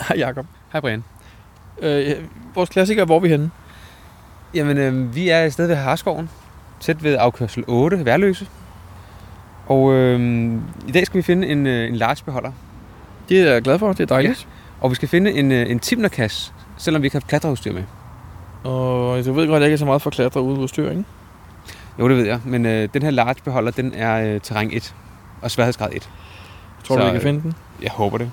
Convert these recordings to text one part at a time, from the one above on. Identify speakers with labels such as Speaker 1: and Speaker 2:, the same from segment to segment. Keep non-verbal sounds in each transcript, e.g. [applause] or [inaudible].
Speaker 1: [laughs] Hej Jacob.
Speaker 2: Hej Brian.
Speaker 1: Øh, vores klassiker, hvor er vi henne?
Speaker 2: Jamen, øh, vi er et sted ved Harskoven, tæt ved afkørsel 8, Værløse. Og øh, i dag skal vi finde en, øh, en large-beholder,
Speaker 1: Det er jeg glad for, det er dejligt.
Speaker 2: og vi skal finde en, øh, en timnerkasse, selvom vi ikke har haft klatreudstyr med.
Speaker 1: Ja. Og jeg ved godt, at jeg ikke er så meget for klatre ude udstyr, ikke?
Speaker 2: Jo, det ved jeg, men øh, den her large-beholder, den er øh, terræn 1 og sværhedsgrad 1.
Speaker 1: Tror så,
Speaker 2: Så,
Speaker 1: du, vi kan
Speaker 2: øh,
Speaker 1: finde den?
Speaker 2: Jeg håber det.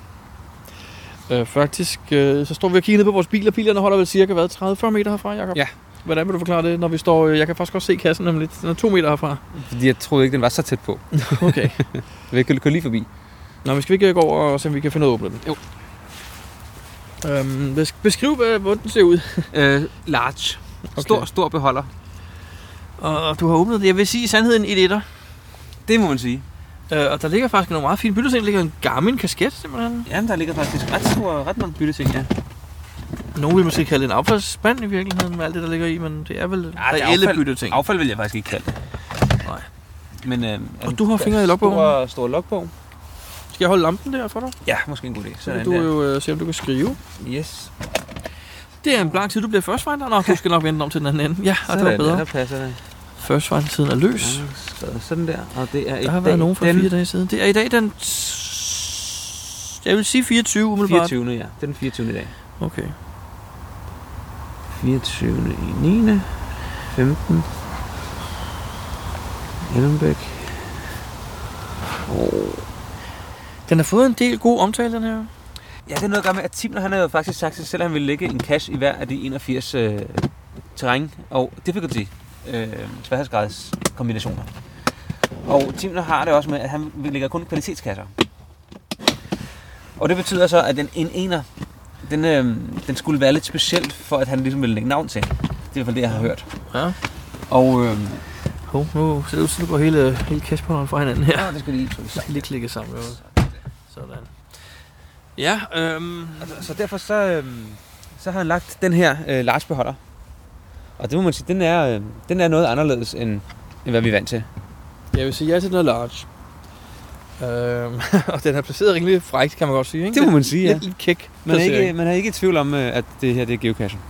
Speaker 1: Øh, faktisk, øh, så står vi og kigger ned på vores biler. Bilerne holder vel cirka hvad, 30-40 meter herfra, Jacob?
Speaker 2: Ja.
Speaker 1: Hvordan vil du forklare det, når vi står... Øh, jeg kan faktisk også se kassen om lidt. Den er to meter herfra.
Speaker 2: Fordi jeg troede ikke, den var så tæt [laughs] på.
Speaker 1: Okay.
Speaker 2: Vi kan køre lige forbi.
Speaker 1: Nå, men skal vi ikke øh, gå over og se, om vi kan finde ud af at åbne den?
Speaker 2: Jo.
Speaker 1: Øhm, besk- beskriv, hvad, hvordan den ser ud.
Speaker 2: Øh, large. Okay. Stor, stor beholder.
Speaker 1: Og du har åbnet den. Jeg vil sige i sandheden et etter.
Speaker 2: Det må man sige.
Speaker 1: Øh, og der ligger faktisk nogle meget fine bytter. Der ligger en gammel kasket, simpelthen.
Speaker 2: Jamen, der ligger faktisk ret, store, ret mange bytteting, ja.
Speaker 1: Nogle vil måske kalde det en affaldsspand i virkeligheden, med alt det, der ligger i, men det er vel
Speaker 2: er affald.
Speaker 1: bytteting.
Speaker 2: Affald vil jeg faktisk ikke kalde det.
Speaker 1: Nej.
Speaker 2: Men, øh,
Speaker 1: Og du har fingre i logbogen.
Speaker 2: Stor, stor logbog.
Speaker 1: Skal jeg holde lampen der for dig?
Speaker 2: Ja, måske en god idé.
Speaker 1: Så
Speaker 2: Sådan
Speaker 1: kan du
Speaker 2: der.
Speaker 1: jo øh, se, om du kan skrive.
Speaker 2: Yes.
Speaker 1: Det er en blank tid, du bliver first finder. Nå, du skal nok vente om til den anden ende. Ja, og det var
Speaker 2: der,
Speaker 1: bedre.
Speaker 2: der passer det.
Speaker 1: First finder siden er løs.
Speaker 2: Så sådan der, og det er i
Speaker 1: Der har
Speaker 2: dag
Speaker 1: været nogen for
Speaker 2: den
Speaker 1: fire dage siden. Det er i dag den... t- Jeg vil sige 24 umiddelbart.
Speaker 2: 24. ja. Det er den 24. i dag.
Speaker 1: Okay.
Speaker 2: 24. i 9. 15. Ellenbæk.
Speaker 1: Den har fået en del god omtale, den her.
Speaker 2: Ja, det er noget at gøre med, at Timler han havde jo faktisk sagt sig selv, at han ville lægge en cash i hver af de 81 øh, terræn og difficulty øh, sværhedsgrads kombinationer. Og Timler har det også med, at han lægger kun kvalitetskasser. Og det betyder så, at den en ener, den, øh, den skulle være lidt speciel, for at han ligesom ville lægge navn til. Det er i hvert fald det, jeg har hørt.
Speaker 1: Ja.
Speaker 2: Og øh,
Speaker 1: Hov, nu ser det ud til, at du går hele, hele kassebeholderen fra hinanden her.
Speaker 2: ja. Ah, det skal lige trykkes
Speaker 1: Så
Speaker 2: sammen.
Speaker 1: kan lige klikke sammen. Jo. Sådan. Ja, øhm,
Speaker 2: Så derfor så, øh, så har han lagt den her øh, Lars-beholder. Og det må man sige, den er, øh, den er noget anderledes, end, end hvad vi er vant til.
Speaker 1: jeg vil sige ja til den er large. Øhm, [laughs] og den er placeret rimelig frækt, kan man godt sige. Ikke?
Speaker 2: Det må man sige, ja.
Speaker 1: Lidt, lidt kæk.
Speaker 2: Man er, ikke,
Speaker 1: placering.
Speaker 2: man er ikke i tvivl om, øh, at det her det er geocaching.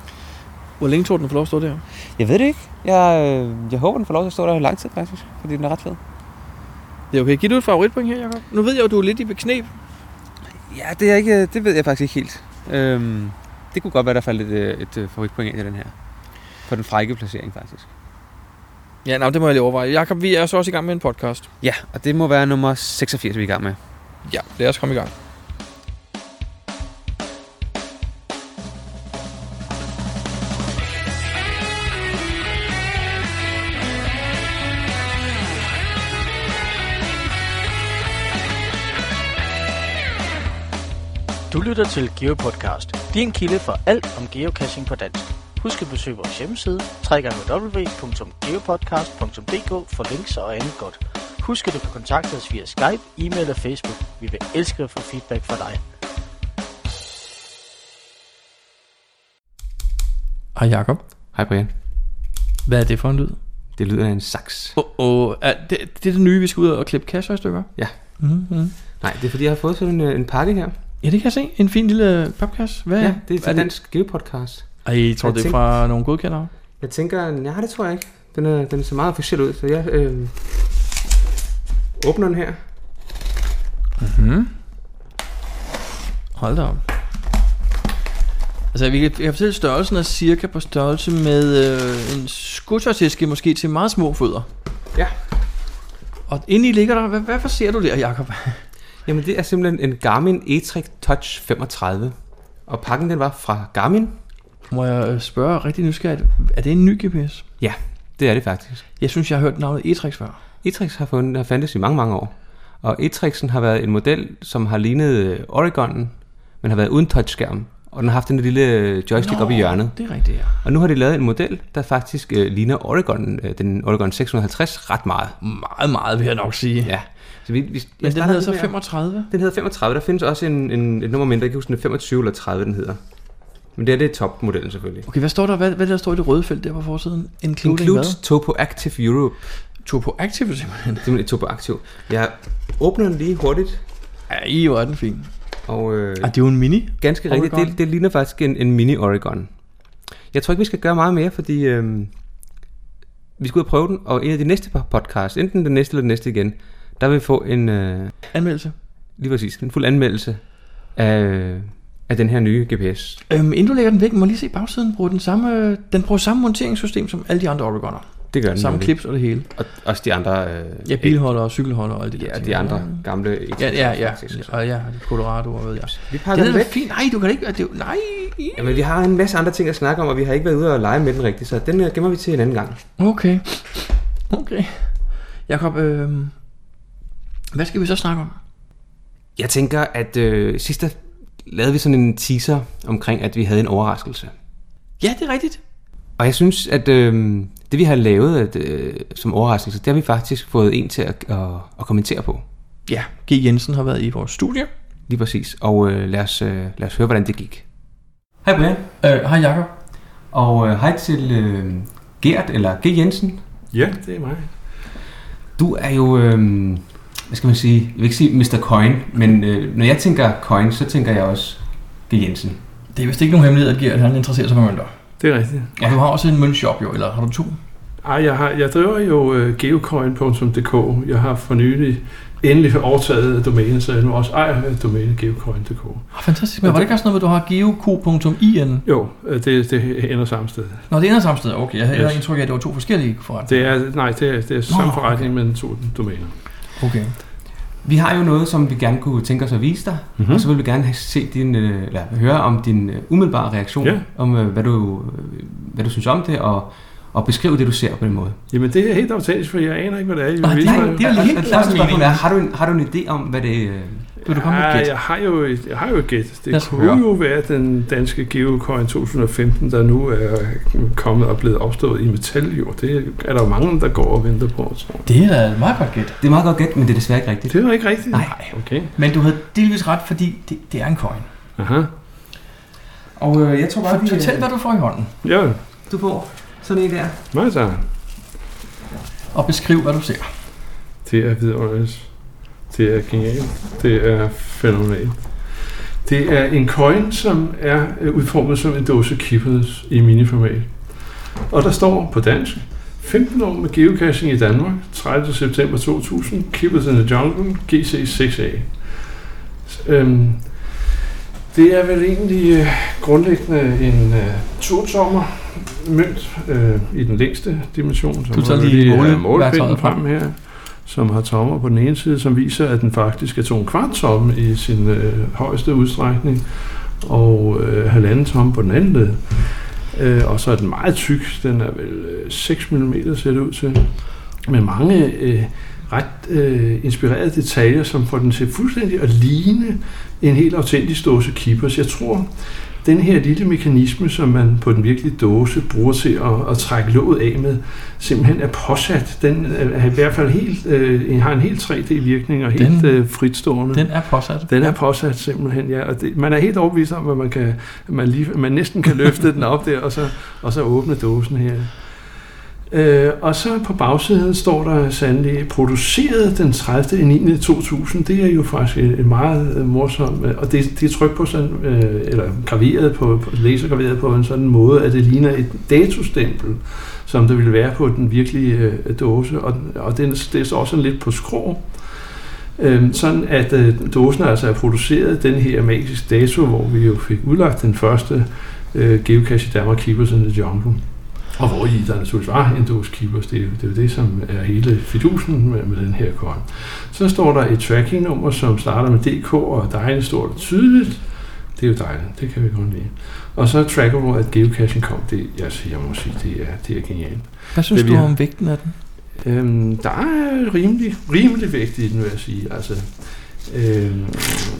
Speaker 1: Hvor længe tog den for lov at stå der?
Speaker 2: Jeg ved det ikke. Jeg, øh, jeg håber, den får lov til at stå der i lang tid, faktisk. Fordi den er ret fed.
Speaker 1: Det er okay. Giv du et favoritpoint her, Jacob? Nu ved jeg jo, du er lidt i beknep.
Speaker 2: Ja, det, er ikke, det ved jeg faktisk ikke helt. Øhm, det kunne godt være, der faldt et, øh, et, et favoritpoint af i den her. På den frække placering, faktisk.
Speaker 1: Ja, nej, det må jeg lige overveje. Jacob, vi er så også i gang med en podcast.
Speaker 2: Ja, og det må være nummer 86, vi er i gang med.
Speaker 1: Ja, lad os komme i gang.
Speaker 3: Du lytter til GeoPodcast, din kilde for alt om geocaching på dansk. Husk at besøge vores hjemmeside, www.geopodcast.dk for links og andet godt. Husk at du kan kontakte os via Skype, e-mail og Facebook. Vi vil elske at få feedback fra dig.
Speaker 1: Hej Jacob,
Speaker 2: Hej Brian.
Speaker 1: hvad er det for en lyd?
Speaker 2: Det lyder af en saks.
Speaker 1: Åh, oh, oh, er det, det er det nye, vi skal ud og klippe kasser i stykker?
Speaker 2: Ja.
Speaker 1: Mm-hmm.
Speaker 2: Nej, det er fordi, jeg har fået sådan en, øh, en pakke her.
Speaker 1: Ja, det kan jeg se. En fin lille papkasse. Hvad
Speaker 2: Ja, det er til
Speaker 1: hvad
Speaker 2: Dansk Geopodcast.
Speaker 1: Ej, jeg tror,
Speaker 2: Jeg
Speaker 1: det er
Speaker 2: tænkte-
Speaker 1: fra nogle godkendere.
Speaker 2: Jeg tænker, nej, det tror jeg ikke. Den, er, den ser meget officiel ud, så jeg øh, åbner den her.
Speaker 1: Hold da op. Altså, vi kan, jeg kan fortælle, at størrelsen er cirka på størrelse med øh, en skuttertiske, måske til meget små fødder.
Speaker 2: Ja.
Speaker 1: Og indeni ligger der... Hvad, hvad ser du der, Jacob?
Speaker 2: Jamen, det er simpelthen en Garmin E-Trek Touch 35. Og pakken, den var fra Garmin.
Speaker 1: [laughs] Må jeg øh, spørge rigtig nysgerrigt, er det en ny GPS?
Speaker 2: Ja, det er det faktisk.
Speaker 1: Jeg synes, jeg har hørt navnet Etrex før.
Speaker 2: E-Trex har, fundet, har fandtes i mange, mange år. Og E-Trexen har været en model, som har lignet øh, Oregonen, men har været uden touchskærm. Og den har haft en lille øh, joystick oppe i hjørnet.
Speaker 1: Det er rigtigt, ja.
Speaker 2: Og nu har de lavet en model, der faktisk øh, ligner Oregon, øh, den Oregon 650 ret meget.
Speaker 1: Meget, meget vil jeg nok sige.
Speaker 2: Ja. Så vi, vi,
Speaker 1: Men den hedder
Speaker 2: havde
Speaker 1: så 35.
Speaker 2: Den hedder 35. Der findes også en, en, et nummer mindre. Jeg kan huske, den er 25 eller 30, den hedder. Men det er det er topmodellen selvfølgelig.
Speaker 1: Okay, hvad står der? Hvad, hvad der står i det røde felt der på forsiden? Including,
Speaker 2: Includes Topo Active Europe.
Speaker 1: hvad? Turbo Active simpelthen.
Speaker 2: Det er et Topo Active. Jeg åbner den lige hurtigt.
Speaker 1: Ja, I er jo den fin.
Speaker 2: Og, øh,
Speaker 4: Ah, det er jo en mini.
Speaker 2: Ganske rigtigt.
Speaker 4: Oregon.
Speaker 2: Det, det ligner faktisk en, en mini Oregon. Jeg tror ikke, vi skal gøre meget mere, fordi øh, vi skal ud og prøve den, og en af de næste par podcasts, enten den næste eller den næste igen, der vil vi få en, øh,
Speaker 1: Anmeldelse.
Speaker 2: lige præcis, en fuld anmeldelse af, øh, af den her nye GPS.
Speaker 1: Øhm, inden du lægger den væk, må jeg lige se bagsiden. Bruger den samme, øh, den bruger samme monteringssystem som alle de andre Oregoner.
Speaker 2: Det gør den.
Speaker 1: Samme
Speaker 2: nemlig.
Speaker 1: klips og det hele.
Speaker 2: Og også de andre... Øh,
Speaker 1: Ja, bilholder og cykelholder og alt det der.
Speaker 2: Ja,
Speaker 1: ting.
Speaker 2: de andre gamle...
Speaker 1: Ja, ja, ja.
Speaker 2: X-Trail.
Speaker 1: Og ja, Colorado og hvad ved jeg.
Speaker 2: Vi pakker
Speaker 1: Det
Speaker 2: den
Speaker 1: er
Speaker 2: væk.
Speaker 1: da fint. Nej, du kan da ikke... Det er jo, nej.
Speaker 2: Jamen, vi har en masse andre ting at snakke om, og vi har ikke været ude og lege med den rigtigt, så den øh, gemmer vi til en anden gang.
Speaker 1: Okay. Okay. Jakob, øh, hvad skal vi så snakke om?
Speaker 2: Jeg tænker, at øh, sidst der lavede vi sådan en teaser omkring, at vi havde en overraskelse.
Speaker 1: Ja, det er rigtigt.
Speaker 2: Og jeg synes, at øh, det vi har lavet at, øh, som overraskelse, det har vi faktisk fået en til at, at, at kommentere på.
Speaker 1: Ja, G. Jensen har været i vores studie.
Speaker 2: Lige præcis. Og øh, lad, os, øh, lad os høre, hvordan det gik. Hej Brian,
Speaker 1: Øh, hej Jakob.
Speaker 2: og øh, hej til øh, Gert, eller G. Jensen.
Speaker 4: Ja, det er mig.
Speaker 2: Du er jo, øh, hvad skal man sige, jeg vil ikke sige Mr. Coin, men øh, når jeg tænker Coin, så tænker jeg også G. Jensen.
Speaker 1: Det er vist ikke nogen hemmelighed, at Gert han interesserer sig for mønter.
Speaker 4: Det er rigtigt.
Speaker 1: Ja. Og du har også en møntshop jo, eller har du to?
Speaker 4: Ej, jeg, har, jeg driver jo øh, geocoin.dk. Jeg har for nylig endelig overtaget domænet, så jeg nu også ejer øh, domænet geocoin.dk.
Speaker 1: Ah, fantastisk. Men var det ikke også noget, med, at du har geoq.in?
Speaker 4: Jo, øh, det, det ender samme sted.
Speaker 1: Nå, det ender samme sted. Okay, jeg havde
Speaker 4: Yes.
Speaker 1: yes. indtryk af, at det var to forskellige forretninger.
Speaker 4: Det er, nej, det er, det er samme
Speaker 1: Nå,
Speaker 4: forretning, men to domæner.
Speaker 1: Okay.
Speaker 2: Vi har jo noget, som vi gerne kunne tænke os at vise dig,
Speaker 4: Hmm.
Speaker 2: mm-hmm.
Speaker 1: Mhm.
Speaker 2: og så vil vi gerne have se din, øh, eller høre om din øh, umiddelbare reaktion,
Speaker 4: Ja.
Speaker 2: om øh, hvad, du, øh, hvad du synes om det, og, og beskrive det, du ser på den måde.
Speaker 4: Jamen, det er helt autentisk, for jeg aner ikke, hvad det er. I
Speaker 1: Ah,
Speaker 4: vil
Speaker 1: det er-
Speaker 4: vise mig.
Speaker 1: det er- jo helt
Speaker 2: Og- og- og
Speaker 1: klart
Speaker 2: første spørgsmål er,
Speaker 1: meningen.
Speaker 2: har du, en, har du en idé om, hvad det øh,
Speaker 1: Vil du komme med et
Speaker 4: Ah,
Speaker 1: gæt?
Speaker 4: Jeg har jo et, jeg har jo et gæt.
Speaker 1: Lad
Speaker 4: Det
Speaker 1: os
Speaker 4: kunne
Speaker 1: høre.
Speaker 4: jo være den danske Geocoin 2015, der nu er kommet og blevet opstået i metal. Jo. Det er der jo mange, der går og venter på. Tror jeg.
Speaker 1: Det er da et meget godt gæt.
Speaker 2: Det er meget godt gæt, men det er desværre ikke rigtigt.
Speaker 4: Det er jo ikke rigtigt.
Speaker 2: Nej.
Speaker 4: Okay.
Speaker 1: Men du havde delvis ret, fordi det, det er en coin.
Speaker 4: Aha.
Speaker 2: Og øh, jeg tror
Speaker 1: For, fortæl, hvad du får i hånden,
Speaker 4: Ja,
Speaker 2: du får sådan en der.
Speaker 4: meget så.
Speaker 1: og beskriv, hvad du ser.
Speaker 4: Det er vidunderligt. Det er genialt. Det er fænomenalt. Det er en coin, som er øh, udformet som en dåse kippers i miniformat. Og der står på dansk, 15 år med geocaching i Danmark, 30. september 2000, Kippers in the Jungle, GC6A. S- Øhm, det er vel egentlig øh, grundlæggende en øh, totommer mønt øh, i den længste dimension. Så
Speaker 1: Du
Speaker 4: må
Speaker 1: tager
Speaker 4: vi
Speaker 1: lige
Speaker 4: have
Speaker 1: måle-
Speaker 4: øh, målepinden
Speaker 1: værktøjet frem.
Speaker 4: frem her, som har tommer på den ene side, som viser, at den faktisk er to en kvart tomme i sin øh, højeste udstrækning, og øh, halvanden tomme på den anden led. Øh, og så er den meget tyk. Den er vel øh, 6 mm ser det ud til. Med mange øh, ret øh, inspirerede detaljer, som får den til fuldstændig at ligne en helt autentisk dåse keepers. Jeg tror, den her lille mekanisme, som man på den virkelige dåse bruger til at, at trække låget af med, simpelthen er påsat. Den er, er i hvert fald helt, øh, har en helt 3D-virkning og helt
Speaker 1: Den-
Speaker 4: øh, fritstående.
Speaker 1: Den er påsat.
Speaker 4: Den er påsat simpelthen, ja. Og det, man er helt overbevist om, at man, kan, at man, lige, man næsten kan løfte den op der, og så, og så åbne dåsen her. Øh, og så på bagsiden står der sandelig, produceret den 30. 9. 2000. Det er jo faktisk et et meget øh, morsomt, øh, og det, det er trykt på sådan, øh, eller graveret på, på, lasergraveret på en sådan måde, at det ligner et datostempel, som det ville være på den virkelige øh, dåse. Og, og den, det står sådan lidt på skrå, Øhm, sådan at øh, dåsen altså er produceret den her magiske dato, hvor vi jo fik udlagt den første øh, geocache i Danmark, Keepers in the Jungle. Og hvor i der naturligvis var en dåse Keepers, det er, jo- det er jo det, som er hele fidusen med, med den her korn. Så står der et trackingnummer, som starter med DK, og dejligt står det tydeligt. Det er jo dejligt, det kan vi godt lide. Og så tracker hvor at geocaching kom, det, altså, jeg må sige, det er, det er genialt.
Speaker 1: Hvad synes
Speaker 4: Det
Speaker 1: du
Speaker 4: vi har.
Speaker 1: om vægten af den?
Speaker 4: Øhm, der er rimelig, rimelig vægt i den, vil jeg sige. Altså, øhm,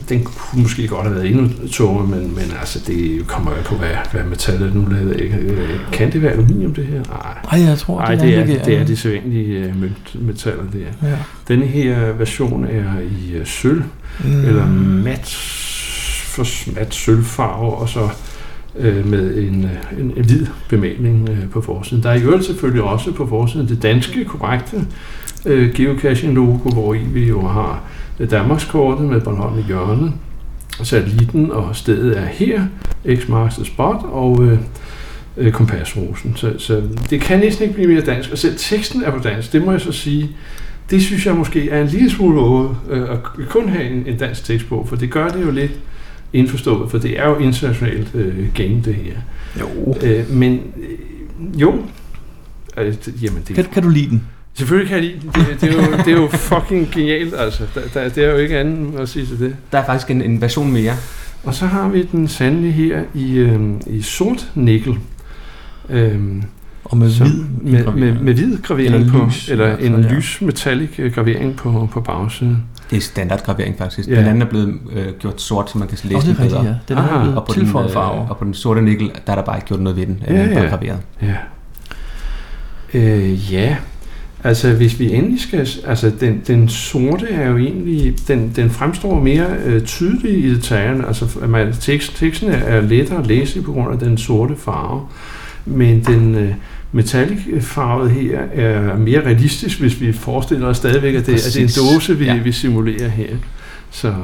Speaker 4: den kunne måske godt have været endnu tungere, men, men altså, det kommer jo på, hvad, hvad metallet nu lavet af. Øh, Kan det være aluminium, det her? Nej.
Speaker 1: Ej, jeg tror,
Speaker 4: Nej, det er,
Speaker 1: ikke-
Speaker 4: det er de sædvanlige øh, mønt- metaller, det er.
Speaker 1: Ja.
Speaker 4: Denne her version er i øh, sølv,
Speaker 1: Mm.
Speaker 4: eller mat, for mat sølvfarve, og så øh, med en, øh, en, en hvid bemaling øh, på forsiden. Der er i øvrigt selvfølgelig også på forsiden det danske korrekte øh, geocaching-logo, hvor i vi jo har øh, Danmarkskortet med Bornholm i hjørnet, satellitten, og stedet er her, X marks the spot, og øh, øh, kompasrosen. Så, så det kan næsten ikke blive mere dansk, og selv teksten er på dansk, det må jeg så sige, det synes jeg måske er en lille smule over øh, at kun have en, en dansk tekst på, for det gør det jo lidt indforstået, for det er jo internationalt øh, game, det her.
Speaker 5: Jo.
Speaker 4: Øh, men øh, jo, øh, det- jamen det
Speaker 1: Kan, kan du lide den?
Speaker 4: Selvfølgelig kan jeg lide den. det. Det er, jo, det er jo fucking genialt, altså. Der, der, det er jo ikke andet at sige til det.
Speaker 6: Der er faktisk en, en version mere.
Speaker 4: Og så har vi den sandelig her i, øhm, i sort nikkel. Øhm,
Speaker 1: Og med
Speaker 4: Så-
Speaker 1: hvid
Speaker 4: med, med, med hvid gravering
Speaker 1: Eller
Speaker 4: på,
Speaker 1: lys,
Speaker 4: eller
Speaker 1: i hvert
Speaker 4: en
Speaker 1: fald, ja.
Speaker 4: lys metallic øh, gravering på, på bagsiden.
Speaker 6: Det er standardgravering faktisk.
Speaker 4: Ja.
Speaker 6: Den anden er blevet øh, gjort sort, så man kan
Speaker 1: Nå,
Speaker 6: læse den
Speaker 1: det er rigtigt,
Speaker 6: bedre.
Speaker 1: ja. Den
Speaker 4: Aha.
Speaker 1: er
Speaker 6: Og
Speaker 1: blevet
Speaker 6: på, den,
Speaker 1: tilføjet farver.
Speaker 6: øh, og på den sorte nikkel, der er der bare ikke gjort noget ved den.
Speaker 2: øh,
Speaker 4: Ja,
Speaker 6: Ja,
Speaker 4: ja.
Speaker 6: ja. Graveret.
Speaker 4: Ja. Øh, ja. Altså, hvis vi endelig skal... Altså, den, den sorte er jo egentlig... Den, den fremstår mere øh, tydelig i detaljerne. Altså, at man, tekst, teksten er- er lettere at læse på grund af den sorte farve. Men den øh, metallic farvet her er mere realistisk, hvis vi forestiller os stadigvæk, at det, at det er en
Speaker 6: Præcis.
Speaker 4: dåse, vi, ja.
Speaker 6: Ja.
Speaker 4: vi simulerer her. Så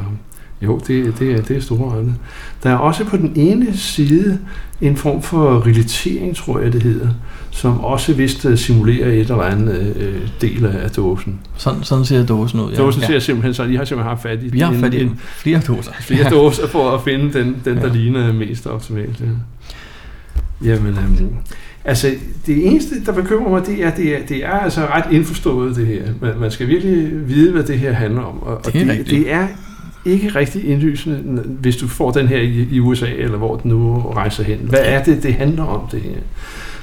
Speaker 4: jo, det, det, er, det er store øjne. Der er også på den ene side en form for relatering, tror jeg det hedder, som også vist øh, simulerer et eller andet øh, del af af dåsen.
Speaker 1: Sådan, sådan ser dåsen ud,
Speaker 4: Ja,
Speaker 1: ja.
Speaker 4: dåsen
Speaker 6: ja.
Speaker 4: ser simpelthen sådan, I har simpelthen haft fat i,
Speaker 1: Vi har fat i
Speaker 4: en,
Speaker 1: den.
Speaker 4: en,
Speaker 1: flere doser.
Speaker 4: flere
Speaker 1: [laughs]
Speaker 4: ja. dåser for at finde den, den der ja. ligner mest optimalt. Ja. Jamen, øhm, altså det eneste, der bekymrer mig, det er, det er, det er altså ret indforstået det her. Man, man skal virkelig vide, hvad det her handler om. Og, og
Speaker 1: Det er
Speaker 4: det,
Speaker 1: rigtigt.
Speaker 4: det er ikke rigtig indlysende, n- hvis du får den her i, i USA, eller hvor den nu rejser hen. Hvad er det, det handler om, det her?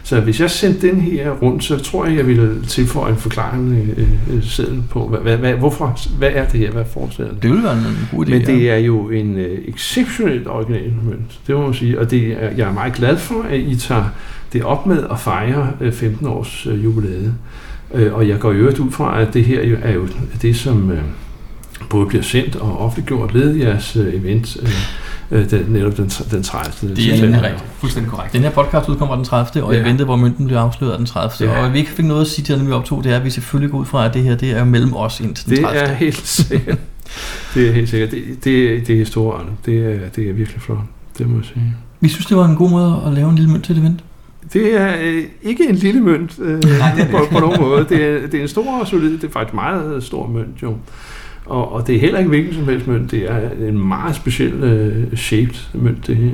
Speaker 4: Så hvis jeg sendte den her rundt, så tror jeg, jeg ville tilføje en forklaring øh, øh, seddel på, hvad, hvad, hvad, hvorfor, hvad er det her, hvad forestiller det?
Speaker 1: Det ville være en god idé.
Speaker 4: Men
Speaker 1: ja.
Speaker 4: det er jo en øh, exceptionelt original mønt, det må man sige. Og det er, jeg er meget glad for, at I tager det op med at fejre øh, 15 års øh, jubilæet. Øh, og jeg går i øvrigt ud fra, at det her jo er jo det, som øh, både bliver sendt og offentliggjort ved jeres øh, event, øh, øh, den, netop den, den 30.
Speaker 1: Det er
Speaker 4: september.
Speaker 1: nemlig rigtigt.
Speaker 6: Fuldstændig korrekt.
Speaker 1: Den her podcast udkommer den 30. og
Speaker 4: Ja.
Speaker 1: ja. eventet, hvor mynten bliver afsløret er den 30.
Speaker 4: Ja.
Speaker 1: Ja. Og vi ikke fik noget at sige til, når vi optog, det er, at vi selvfølgelig går ud fra, at det her det er jo mellem os indtil den
Speaker 4: Det
Speaker 1: 30.
Speaker 4: er helt sikkert. det er helt sikkert. Det, det, det er store, Arne. Det er, det er virkelig flot. Det må jeg sige.
Speaker 1: Vi synes, det var en god måde at lave en lille mønt til et event.
Speaker 4: Det er øh, ikke en lille mønt øh, Nej, det er på, på nogen måde. Det er, det er en stor og solid, det er faktisk en meget stor mønt jo. Og, og det er heller ikke hvilken som helst mønt, det er en meget speciel øh, shaped mønt det her.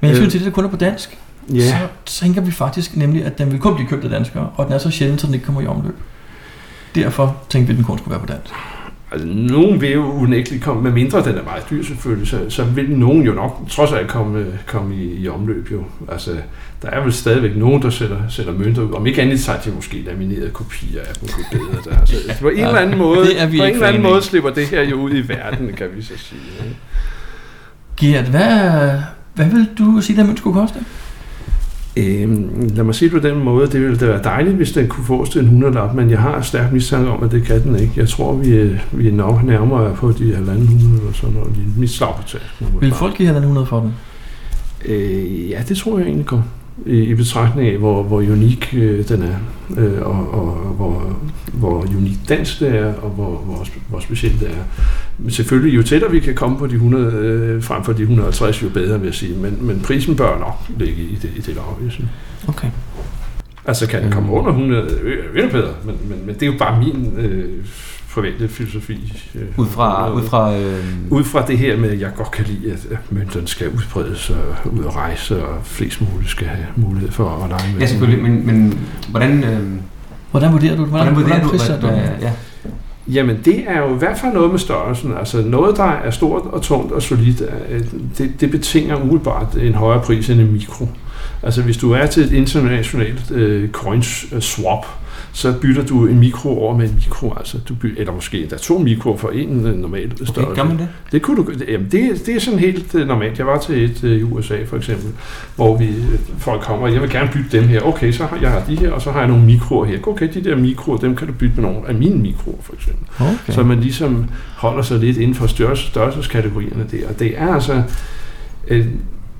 Speaker 1: Men hensyn
Speaker 4: Øh.
Speaker 1: til det, der kun er på dansk,
Speaker 4: Ja,
Speaker 1: så tænker vi faktisk nemlig, at den vil kun blive købt af danskere, og den er så sjældent, så den ikke kommer i omløb. Derfor tænkte vi, at den kun skulle være på dansk.
Speaker 4: altså nogen vil jo unægteligt komme, med mindre den er meget dyr selvfølgelig, så, så vil nogen jo nok trods alt komme, øh, komme i, i omløb jo. Altså, der er vel stadigvæk nogen, der sætter, sætter mønter ud. Om ikke andet tager de måske laminerede kopier af dem, det bedre der. Så på en eller anden måde,
Speaker 1: Det er vi
Speaker 4: på en
Speaker 1: ikke
Speaker 4: eller anden
Speaker 1: fan af.
Speaker 4: måde slipper det her jo ud i verden, kan vi så sige. Ikke?
Speaker 1: Gert, hvad, hvad vil du sige, at den mønt skulle koste?
Speaker 4: Øhm, lad mig sige det på den måde, det ville da være dejligt, hvis den kunne fås til en 100 lap, men jeg har stærk mistanke om, at det kan den ikke. Jeg tror, vi, øh, vi er nok nærmere på de halvanden hundrede eller sådan noget. lige Mit slag på tasken.
Speaker 1: Vil folk give her den 100 for den?
Speaker 4: Øh, ja, det tror jeg egentlig godt. I, i betragtning af, hvor, hvor unik øh, den er, øh, og, og, og hvor, hvor unik dansk det er, og hvor, hvor, sp- hvor specielt det er. Men selvfølgelig, jo tættere vi kan komme på de 100, øh, frem for de 150, jo bedre, vil jeg sige. Men, men prisen bør nok ligge i det, i det lav, jeg synes.
Speaker 1: Okay.
Speaker 4: Altså kan den
Speaker 6: Mm.
Speaker 4: komme under 100, øh, er endnu bedre, men, men, men det er jo bare min øh, private filosofi. Øh,
Speaker 6: Ud fra, ud fra øh,
Speaker 4: ud fra det her med, at jeg godt kan lide, at at mønterne skal udbredes og ud og rejse, og flest muligt skal have mulighed for at lege med.
Speaker 6: Ja, selvfølgelig, men, men hvordan, øh, hvordan,
Speaker 1: Hvordan vurderer du den? Hvordan,
Speaker 6: hvordan vurderer du,
Speaker 1: prissatte
Speaker 6: hvad,
Speaker 1: den?
Speaker 6: hvad, ja.
Speaker 4: den. Jamen, det er jo i hvert fald noget med størrelsen. Altså noget, der er stort og tungt og solidt, øh, det, det betinger umiddelbart en højere pris end en mikro. Altså hvis du er til et internationalt øh, coins øh, swap, så bytter du en mikro over med en mikro, altså du by, eller måske endda to mikroer for en øh, normal størrelse.
Speaker 6: Okay, gør man det?
Speaker 4: Det kunne du, jamen det, det er sådan helt øh, normalt. Jeg var til et øh, i USA for eksempel, hvor vi, øh, folk kommer, jeg vil gerne bytte dem her. Okay, så har jeg har de her, og så har jeg nogle mikroer her. Okay, de der mikroer, dem kan du bytte med nogle af mine mikroer for eksempel.
Speaker 1: Okay.
Speaker 4: Så man ligesom holder sig lidt inden for størrelse, størrelseskategorierne der. Og det er altså øh,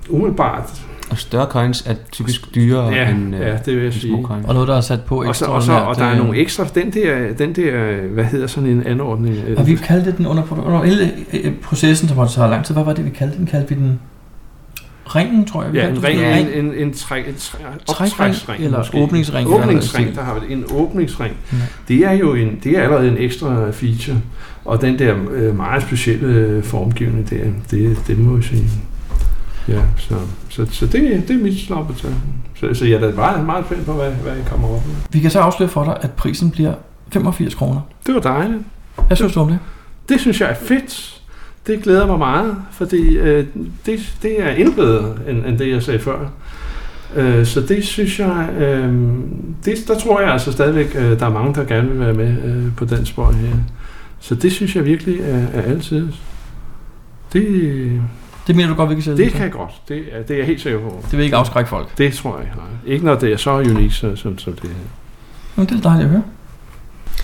Speaker 4: umiddelbart
Speaker 2: Og større coins er typisk dyrere
Speaker 4: Ja,
Speaker 2: end, øh,
Speaker 4: ja, det vil jeg
Speaker 2: end små
Speaker 4: sige.
Speaker 2: coins.
Speaker 1: Og noget, der er sat på øh,
Speaker 4: Og, så,
Speaker 1: ekstra.
Speaker 4: og, så, og der er nogle ekstra. Den der, den der, øh, hvad hedder sådan en anordning?
Speaker 1: Og vi kaldte den under, under hele øh, processen, som har taget lang tid. Hvad var det, vi kaldte den? Kaldte vi den ringen, tror jeg. vi
Speaker 4: Ja, øh,
Speaker 1: kaldte
Speaker 4: en
Speaker 1: den.
Speaker 4: ring, en, en, en, træ, en træ, optræksring,
Speaker 1: Trækring eller
Speaker 4: måske.
Speaker 1: åbningsring.
Speaker 4: Åbningsring, der har vi det. en åbningsring.
Speaker 1: Ja.
Speaker 4: Det er jo en, det er allerede en ekstra feature, og den der øh, meget specielle øh, formgivning der, det, det må jeg sige. Ja, så, så, så det, det er mit slag på tanden. Så, så jeg er da meget, meget spændt på, hvad, hvad I kommer op med.
Speaker 1: Vi kan så afsløre for dig, at prisen bliver 85 kroner.
Speaker 4: Det var dejligt.
Speaker 1: Hvad synes du om det?
Speaker 4: Det synes jeg er fedt. Det glæder mig meget, fordi øh, det, det er endnu bedre, end, end det jeg sagde før. Øh, så det synes jeg, øh, det, der tror jeg altså stadigvæk, øh, der er mange, der gerne vil være med øh, på den spor her. Så det synes jeg virkelig er, er altid. Det,
Speaker 1: Det mener du godt, vi kan sælge
Speaker 4: det kan jeg godt. Det er, det er jeg helt sikker på.
Speaker 1: Det vil ikke afskrække folk.
Speaker 4: Det tror jeg. Nej. Ikke når det er så unikt så, som, som det her.
Speaker 1: Men det er dejligt at høre.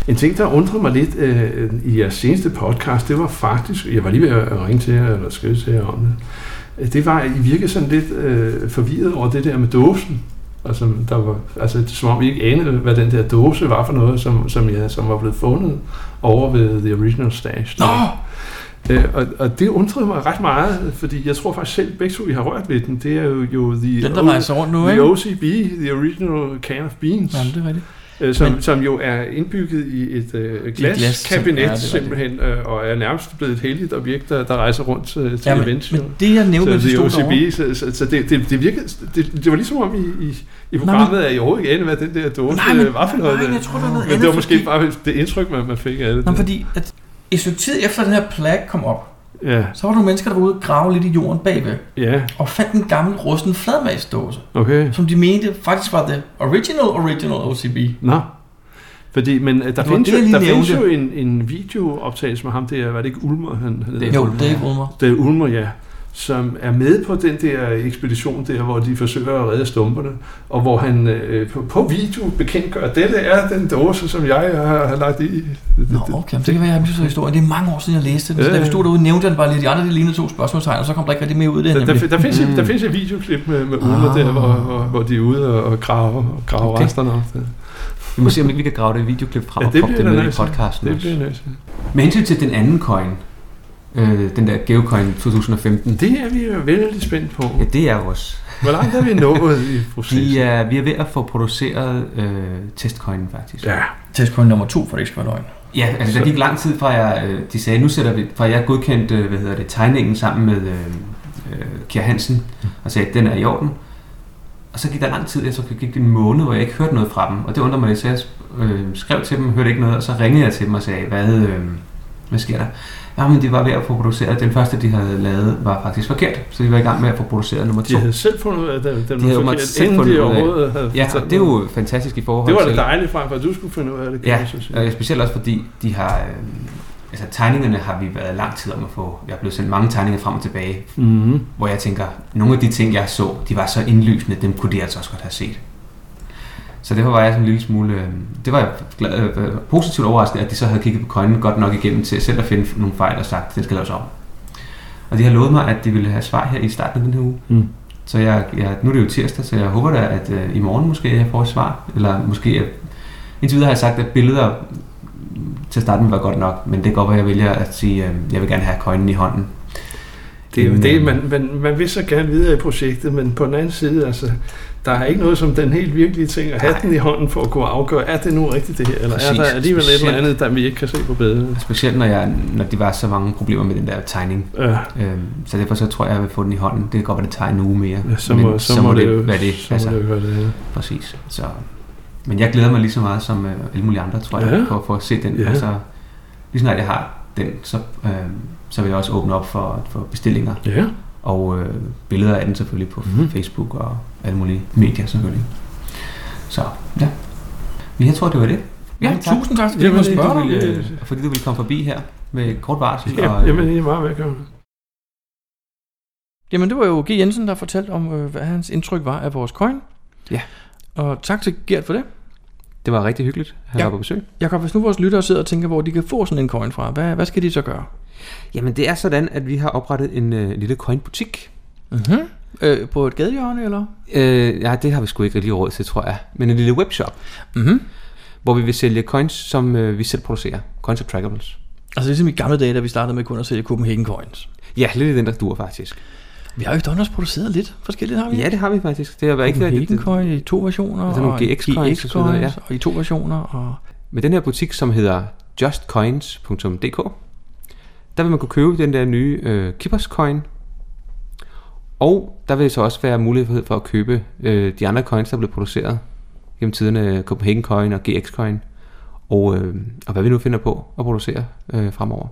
Speaker 4: En ting, der undrede mig lidt øh, i jeres seneste podcast, det var faktisk, jeg var lige ved at ringe til jer, eller skrive til jer om det, Øh, det var, at I virkede sådan lidt øh, forvirret over det der med dåsen. Altså, der var, altså, som om I ikke anede, hvad den der dåse var for noget, som, som, jeg, som var blevet fundet over ved The Original Stash.
Speaker 1: Nå!
Speaker 4: Øh, og, og, det undrede mig ret meget, fordi jeg tror faktisk selv, begge to, I har rørt ved den. Det er jo, jo the,
Speaker 1: Den, der
Speaker 4: O-
Speaker 1: rejser rundt nu,
Speaker 4: the
Speaker 1: ikke?
Speaker 4: OCB, The Original Can of Beans.
Speaker 1: Jamen, det er rigtigt.
Speaker 4: Øh, som,
Speaker 1: Men-
Speaker 4: Men, som jo er indbygget i et øh,
Speaker 1: glas, som-
Speaker 4: glaskabinet
Speaker 1: ja, det er
Speaker 4: glas,
Speaker 1: rigtigt.
Speaker 4: simpelthen, øh, og er nærmest blevet et heldigt objekt, der, der rejser rundt øh, til, til
Speaker 1: Jamen,
Speaker 4: events. jo.
Speaker 1: men det, jeg nævnte,
Speaker 4: Så
Speaker 1: det, det
Speaker 4: det er
Speaker 1: stod derovre.
Speaker 4: OCB, så, så, så det, det, det, virkede, det, det var ligesom om i, i, i
Speaker 1: men-
Speaker 4: programmet, at I overhovedet ikke anede, hvad den der dåse
Speaker 1: Nej, men-
Speaker 4: øh, var for noget.
Speaker 1: nej,
Speaker 4: øh.
Speaker 1: jeg tror, der er noget
Speaker 4: men det var
Speaker 1: andet,
Speaker 4: måske
Speaker 1: fordi-
Speaker 4: bare det indtryk, man, man fik af det.
Speaker 1: Nå, fordi at et stykke tid efter den her plage kom op,
Speaker 4: Ja,
Speaker 1: så var der nogle mennesker, der var ude og grave lidt i jorden bagved,
Speaker 4: ja,
Speaker 1: og fandt en gammel rusten fladmagsdåse,
Speaker 4: okay.
Speaker 1: som de mente faktisk var det original, original OCB.
Speaker 4: Nå. Fordi, men øh, der,
Speaker 1: var
Speaker 4: findes,
Speaker 1: det,
Speaker 4: jo,
Speaker 1: jeg lige
Speaker 4: der findes
Speaker 1: nævnte.
Speaker 4: jo en, en videooptagelse med ham der, var det ikke Ulmer? Han, han hedder?
Speaker 1: Jo, Dave Ulmer.
Speaker 4: Dave Ulmer, ja, som er med på den der ekspedition der, hvor de forsøger at redde stumperne, og hvor han øh, på, på video bekendtgør, dette er den dåse, som jeg har, har lagt i.
Speaker 1: Nå, okay, men det Øh. kan være, jeg har misforstået historien. Det er mange år siden, jeg læste den, så da vi stod derude, nævnte jeg den bare lige. De andre, de lignede to spørgsmålstegn, og så kom der ikke rigtig mere ud af det.
Speaker 4: Der,
Speaker 1: nemlig.
Speaker 4: der, der, findes, et, der findes et videoklip med, med Ulmer
Speaker 1: Ah.
Speaker 4: der, hvor, hvor, hvor de er ude og, og grave, og grave
Speaker 2: Okay.
Speaker 4: resterne op. der.
Speaker 2: Vi må se, om ikke vi kan grave det videoklip frem
Speaker 4: Ja,
Speaker 2: og
Speaker 4: det
Speaker 2: proppe
Speaker 4: bliver
Speaker 2: det
Speaker 4: jeg
Speaker 2: med i
Speaker 4: nødt til.
Speaker 2: podcasten
Speaker 4: Det
Speaker 2: også.
Speaker 4: bliver jeg nødt til.
Speaker 2: Med hensyn til den anden coin, øh, den der Geocoin 2015,
Speaker 4: Det er vi jo vældig spændt på.
Speaker 2: ja, det er vores.
Speaker 4: Hvor langt er vi nået i processen?
Speaker 2: Vi er, vi er ved at få produceret øh, testcoinen faktisk.
Speaker 4: Ja,
Speaker 1: Testcoin nummer to, for det ikke skal være løgn.
Speaker 2: ja altså der
Speaker 4: Så-
Speaker 2: gik lang tid fra jeg, øh, de sagde, nu sætter vi, fra jeg godkendte, øh, hvad hedder det, tegningen sammen med øh, øh, Kjær Hansen, og sagde, den er i orden. Og så gik der lang tid, jeg tror, det gik en måned, hvor jeg ikke hørte noget fra dem, og det undrede mig lidt, så jeg øh, skrev til dem, hørte ikke noget, og så ringede jeg til dem og sagde, hvad, øh, hvad sker der? Jamen, de var ved at få produceret, den første, de havde lavet, var faktisk forkert, så de var i gang med at få produceret nummer
Speaker 4: de
Speaker 2: to.
Speaker 4: havde selv fundet ud af, at den, den
Speaker 2: havde
Speaker 4: var
Speaker 2: jo måtte
Speaker 4: forkert,
Speaker 2: selv
Speaker 4: inden
Speaker 2: fundet ud
Speaker 4: de
Speaker 2: af det.
Speaker 4: overhovedet havde
Speaker 2: Ja, og
Speaker 4: fortalt
Speaker 2: det er
Speaker 4: noget.
Speaker 2: jo fantastisk i forhold
Speaker 4: det var da
Speaker 2: til...
Speaker 4: dejligt frem, for at du skulle finde ud af det. kan
Speaker 2: Ja,
Speaker 4: jeg så sige.
Speaker 2: Og Øh, specielt også fordi de har... Øh, altså tegningerne har vi været lang tid om at få... Jeg er blevet sendt mange tegninger frem og tilbage,
Speaker 4: Mm-hmm.
Speaker 2: hvor jeg tænker, nogle af de ting, jeg så, de var så indlysende, dem kunne de altså også godt have set. Så derfor var jeg sådan en lille smule... Øh, det var jeg glad, øh, positivt overrasket, at de så havde kigget på coinen godt nok igennem til selv at finde nogle fejl og sagt, den skal laves om. Og de har lovet mig, at de ville have svar her i starten af den her uge.
Speaker 4: Mm.
Speaker 2: Så jeg, jeg, nu er det jo tirsdag, så jeg håber da, at øh, i morgen måske jeg får et svar. Eller måske... Jeg, indtil videre har jeg sagt, at billeder mm, til starten var godt nok, men det kan godt være, at jeg vælger at sige, øh, jeg vil gerne have coinen i hånden.
Speaker 4: Det er jo
Speaker 2: Men,
Speaker 4: det,
Speaker 2: øh,
Speaker 4: man, man, man vil så gerne videre i projektet, men på den anden side, altså, der er ikke noget som den helt virkelige ting at have
Speaker 2: Nej.
Speaker 4: den i hånden for at kunne afgøre, er det nu rigtigt det her, eller
Speaker 2: Præcis.
Speaker 4: er der alligevel et eller
Speaker 2: Specielt-
Speaker 4: andet, der vi ikke kan se på bedre.
Speaker 2: Specielt når, jeg, når de var så mange problemer med den der tegning.
Speaker 4: Ja,
Speaker 2: Øhm, så derfor så tror jeg, at jeg vil få den i hånden. Det kan godt være, det tager en uge mere.
Speaker 4: ja, så, må, så, må det, altså. jo,
Speaker 2: være det. Altså,
Speaker 4: så må det jo være det. ja.
Speaker 2: Præcis. Så, men jeg glæder mig lige så meget som øh, alle mulige andre, tror jeg,
Speaker 4: Ja.
Speaker 2: for, for at se den.
Speaker 4: Ja.
Speaker 2: Og så, lige snart jeg har den, så, øh, så vil jeg også åbne op for, for bestillinger.
Speaker 4: Ja,
Speaker 2: Og øh, billeder af den selvfølgelig på
Speaker 4: Mhm.
Speaker 2: mm. Facebook og alle mulige medier selvfølgelig. Så ja. Men jeg tror, det var det.
Speaker 1: Ja,
Speaker 2: Mange tak.
Speaker 1: tusind tak, fordi
Speaker 4: Jamen,
Speaker 1: du
Speaker 4: det-
Speaker 1: spørger
Speaker 2: Du
Speaker 1: dig.
Speaker 2: ville, øh, og fordi du ville komme forbi her med kort varsel.
Speaker 4: ja
Speaker 2: og, øh,
Speaker 4: jamen, I er meget velkommen.
Speaker 1: Jamen, det var jo G. Jensen, der fortalte om, øh, hvad hans indtryk var af vores coin.
Speaker 2: Ja.
Speaker 1: Og tak til Gert for det.
Speaker 2: det var rigtig hyggeligt. Han
Speaker 1: Ja.
Speaker 2: ja. var på besøg.
Speaker 1: Jakob, hvis nu vores lyttere sidder og tænker, hvor de kan få sådan en coin fra, hvad, hvad skal de så gøre?
Speaker 2: Jamen det er sådan, at vi har oprettet en øh, lille coinbutik,
Speaker 1: Mm-hmm.
Speaker 7: Øh, på et gadehjørne, eller?
Speaker 2: Øh, ja, det har vi sgu ikke rigtig råd til, tror jeg. Men en lille webshop,
Speaker 7: Mhm.
Speaker 2: hvor vi vil sælge coins, som øh, vi selv producerer. Coins og trackables.
Speaker 7: Altså ligesom i gamle dage, da vi startede med kun at sælge Copenhagen Coins.
Speaker 2: Ja, lidt i den, der dur faktisk.
Speaker 7: Vi har jo efterhånden også produceret lidt forskelligt, har vi?
Speaker 2: Ja, det har vi faktisk. Det har været ikke været
Speaker 7: Copenhagen
Speaker 2: lidt...
Speaker 7: Coin i to versioner,
Speaker 2: Og så nogle
Speaker 7: og en
Speaker 2: GX-coins og så videre,
Speaker 7: GX-coins,
Speaker 2: ja.
Speaker 7: og i to versioner, og...
Speaker 2: Med den her butik, som hedder justcoins.dk, der vil man kunne købe den der nye øh, Kippers coin. Og der vil så også være mulighed for at købe øh, de andre coins, der er blevet produceret gennem tiderne, øh, Copenhagen coin og GX coin. Og, øh, og hvad vi nu finder på at producere øh, fremover.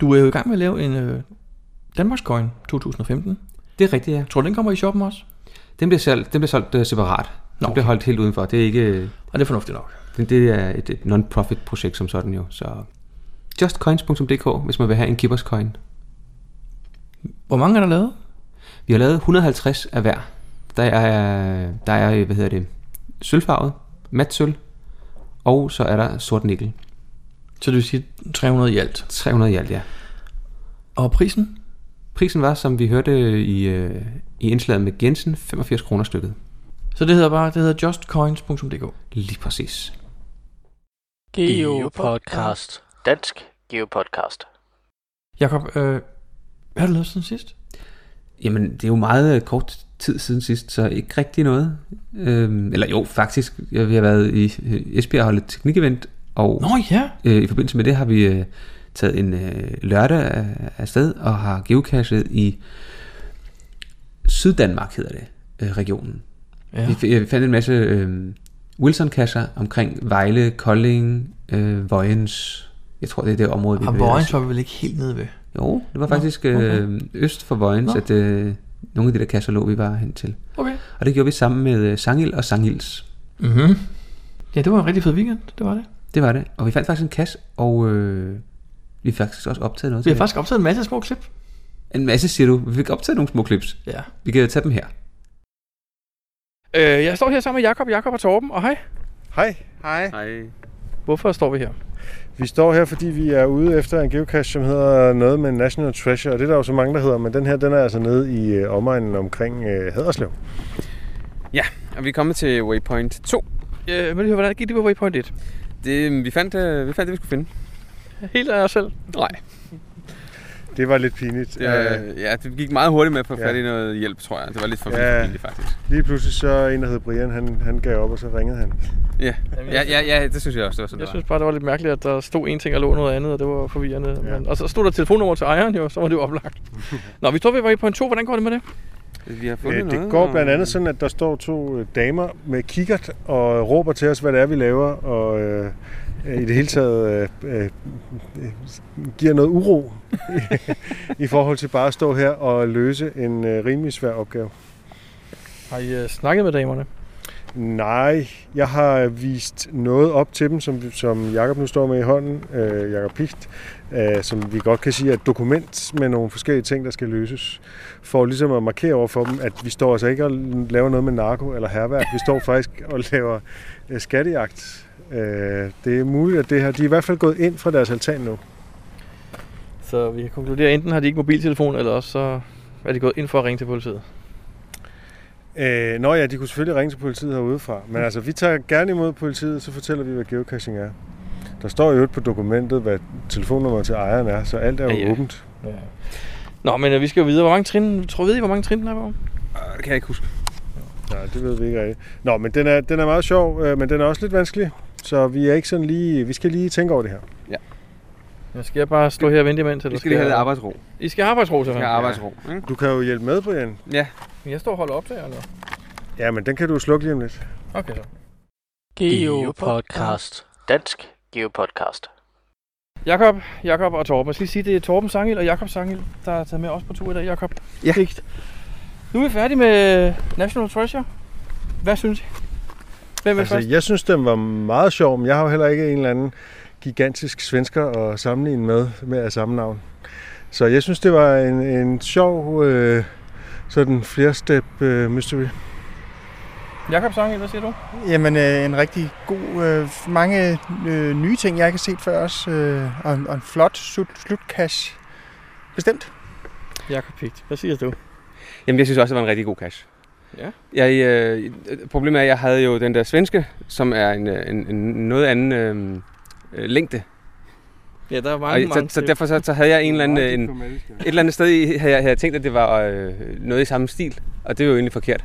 Speaker 7: Du er jo i gang med at lave en øh, Danmarks Coin 2015.
Speaker 2: Det er rigtigt, ja.
Speaker 7: Tror du, den kommer i shoppen også?
Speaker 2: Den bliver solgt, den bliver solgt øh, separat.
Speaker 7: Nå,
Speaker 2: Den bliver holdt helt udenfor. Det er ikke... øh,
Speaker 7: Og det er fornuftigt nok.
Speaker 2: Det, det er et, et non-profit projekt som sådan jo, så justcoins.dk, hvis man vil have en Kippers coin.
Speaker 7: Hvor mange er der lavet?
Speaker 2: Vi har lavet 150 af hver. Der er, der er hvad hedder det, sølvfarvet, mat sølv, og så er der sort nikkel.
Speaker 7: Så det vil sige 300 i alt.
Speaker 2: 300 i alt, ja.
Speaker 7: Og prisen?
Speaker 2: Prisen var, som vi hørte i, øh, i indslaget med Jensen, 85 kroner stykket.
Speaker 7: Så det hedder bare, det hedder justcoins.dk.
Speaker 2: Lige præcis.
Speaker 5: Geo Podcast. Dansk Geo Podcast.
Speaker 7: Jakob, øh, hvad har du lavet siden sidst?
Speaker 2: Jamen, det er jo meget øh, kort tid siden sidst, så ikke rigtig noget. Øhm, eller jo, faktisk. Jeg, vi har været i øh, Esbjerg og holdt et teknikevent, og
Speaker 7: Nå ja,
Speaker 2: øh, i forbindelse med det har vi øh, taget en øh, lørdag af- afsted og har geocachet i Syddanmark, hedder det, øh, regionen.
Speaker 7: Ja.
Speaker 2: Ja. Vi, f- vi fandt en masse øh, Wilson-kasser omkring Vejle, Kolding, øh, Vojens. Jeg altså tror, det er det område, vi
Speaker 7: og
Speaker 2: bevæger os
Speaker 7: Ah, Vojens
Speaker 2: i.
Speaker 7: var vi vel ikke helt nede ved.
Speaker 2: Jo, det var faktisk okay. øh, øst for Vojens,
Speaker 7: Nå.
Speaker 2: at øh, nogle af de der kasser lå, vi var hen til.
Speaker 7: Okay.
Speaker 2: Og det gjorde vi sammen med øh, Sangild og Sangilds.
Speaker 7: Mhm. Ja, det var en rigtig fed weekend, det var det.
Speaker 2: Det var det. Og vi fandt faktisk en kasse, og øh, vi fik faktisk også optaget noget.
Speaker 7: Vi har
Speaker 2: til
Speaker 7: faktisk optaget en masse små klip.
Speaker 2: det. En masse, siger du. Vi fik optaget nogle små clips.
Speaker 7: Ja.
Speaker 2: Vi kan tage dem her.
Speaker 1: Øh, jeg står her sammen med Jakob, Jakob og Torben, og hej.
Speaker 8: Hej. Hej.
Speaker 2: Hej.
Speaker 1: Hvorfor står vi her?
Speaker 8: Vi står her, fordi vi er ude efter en geocache, som hedder noget med National Treasure, og det er der jo så mange, der hedder, men den her, den er altså nede i øh, omegnen omkring øh, Haderslev.
Speaker 4: Og vi er kommet til Waypoint 2.
Speaker 1: Øh, men høre, hvordan gik det på Waypoint 1?
Speaker 4: Det, vi, fandt, øh, vi fandt det, vi skulle finde.
Speaker 1: Helt af os selv.
Speaker 8: Det var lidt pinligt.
Speaker 4: Det, øh, ja, det gik meget hurtigt med at få
Speaker 8: ja.
Speaker 4: fat i noget hjælp, tror jeg. Det var lidt for
Speaker 8: Ja.
Speaker 4: vildt faktisk.
Speaker 8: lige pludselig så en, der hed Brian, han, han gav op, og så ringede han.
Speaker 4: Ja, ja, ja, det synes jeg også, det var sådan, det
Speaker 1: Jeg
Speaker 4: var.
Speaker 1: synes bare, det var lidt mærkeligt, at der stod en ting og lå noget andet, og det var forvirrende. Ja.
Speaker 8: Ja.
Speaker 1: Men, og så stod der telefonnummer til ejeren jo, så var det jo [laughs] oplagt. Nå, vi står ved Waypoint 2. Hvordan går det med det?
Speaker 4: Vi har fundet
Speaker 8: Øh,
Speaker 4: noget.
Speaker 8: det går
Speaker 4: og-
Speaker 8: blandt andet sådan, at der står to øh, damer med kikkert og råber til os, hvad det er, vi laver, og øh, øh, i det hele taget øh, øh, øh, giver noget uro [laughs] i forhold til bare at stå her og løse en øh, rimelig svær opgave.
Speaker 1: Har I uh, snakket med damerne?
Speaker 8: Nej, jeg har vist noget op til dem, som, som Jakob nu står med i hånden, øh, Jakob Picht, øh, som vi godt kan sige er et dokument med nogle forskellige ting, der skal løses, for ligesom at markere over for dem, at vi står altså ikke og laver noget med narko eller herværk, vi står faktisk og laver øh, skattejagt. Øh, det er muligt, at det her, de er i hvert fald gået ind fra deres altan nu.
Speaker 1: Så vi kan konkludere, enten har de ikke mobiltelefon, eller også så er de gået ind for at ringe til politiet.
Speaker 8: Øh, nå ja, de kunne selvfølgelig ringe til politiet herude fra. Men altså, vi tager gerne imod politiet, så fortæller vi, hvad geocaching er. Der står jo på dokumentet, hvad telefonnummeret til ejeren er, så alt er jo
Speaker 1: Ja,
Speaker 8: ja,
Speaker 1: ja.
Speaker 8: ja. åbent.
Speaker 1: Nå, men øh, vi skal jo videre. Hvor mange trin? Tror vi, hvor mange trin den er på?
Speaker 4: Øh, Det kan jeg ikke huske.
Speaker 8: Nej, det ved vi ikke rigtigt. Nå, men den er, den er meget sjov, øh, men den er også lidt vanskelig. Så vi er ikke sådan lige... Vi skal lige tænke over det her.
Speaker 1: Jeg skal jeg bare stå her og vente imens?
Speaker 4: Vi
Speaker 1: eller
Speaker 4: skal lige have lidt
Speaker 1: jeg-
Speaker 4: arbejdsro.
Speaker 1: I skal have arbejdsro,
Speaker 4: Vi skal
Speaker 1: simpelthen?
Speaker 4: have arbejdsro. Ikke?
Speaker 8: Du kan jo hjælpe med, Brian.
Speaker 1: Men Jeg står og holder op der, eller?
Speaker 8: Ja, men den kan du slukke lige om lidt.
Speaker 1: Okay, så.
Speaker 5: Geo Podcast. Dansk Geo Podcast.
Speaker 1: Jakob, Jakob og Torben. Jeg skal lige sige, det er Torben Sangel og Jakob Sangel, der er taget med os på tur i dag, Jakob.
Speaker 4: Ja.
Speaker 1: Digt. Nu er vi færdige med National Treasure. Hvad synes I? Hvem er
Speaker 8: Altså,
Speaker 1: altså, først?
Speaker 8: jeg synes, den var meget sjov, men jeg har jo heller ikke en eller anden gigantisk svensker at sammenligne med, med af samme navn. Så jeg synes, det var en, en sjov øh, sådan flerstep øh, mystery.
Speaker 1: Jakob Sangel, hvad siger du?
Speaker 9: Jamen, øh, en rigtig god, øh, mange øh, nye ting, jeg ikke har set før også, øh, og, en, og en flot slut, slutkash. Bestemt.
Speaker 1: Jakob Pigt, hvad siger du?
Speaker 2: Jamen, jeg synes også, det var en rigtig god cash.
Speaker 5: Ja.
Speaker 2: Jeg, øh, problemet er, at jeg havde jo den der svenske, som er en, øh, en, en noget anden øh, øh, længde.
Speaker 5: Ja, der er
Speaker 2: Og,
Speaker 5: mange, mange
Speaker 2: så, så derfor så, så havde jeg en eller anden, øh, en, et eller andet sted, i, havde jeg, havde jeg tænkt, at det var øh, noget i samme stil. Og det var jo egentlig forkert.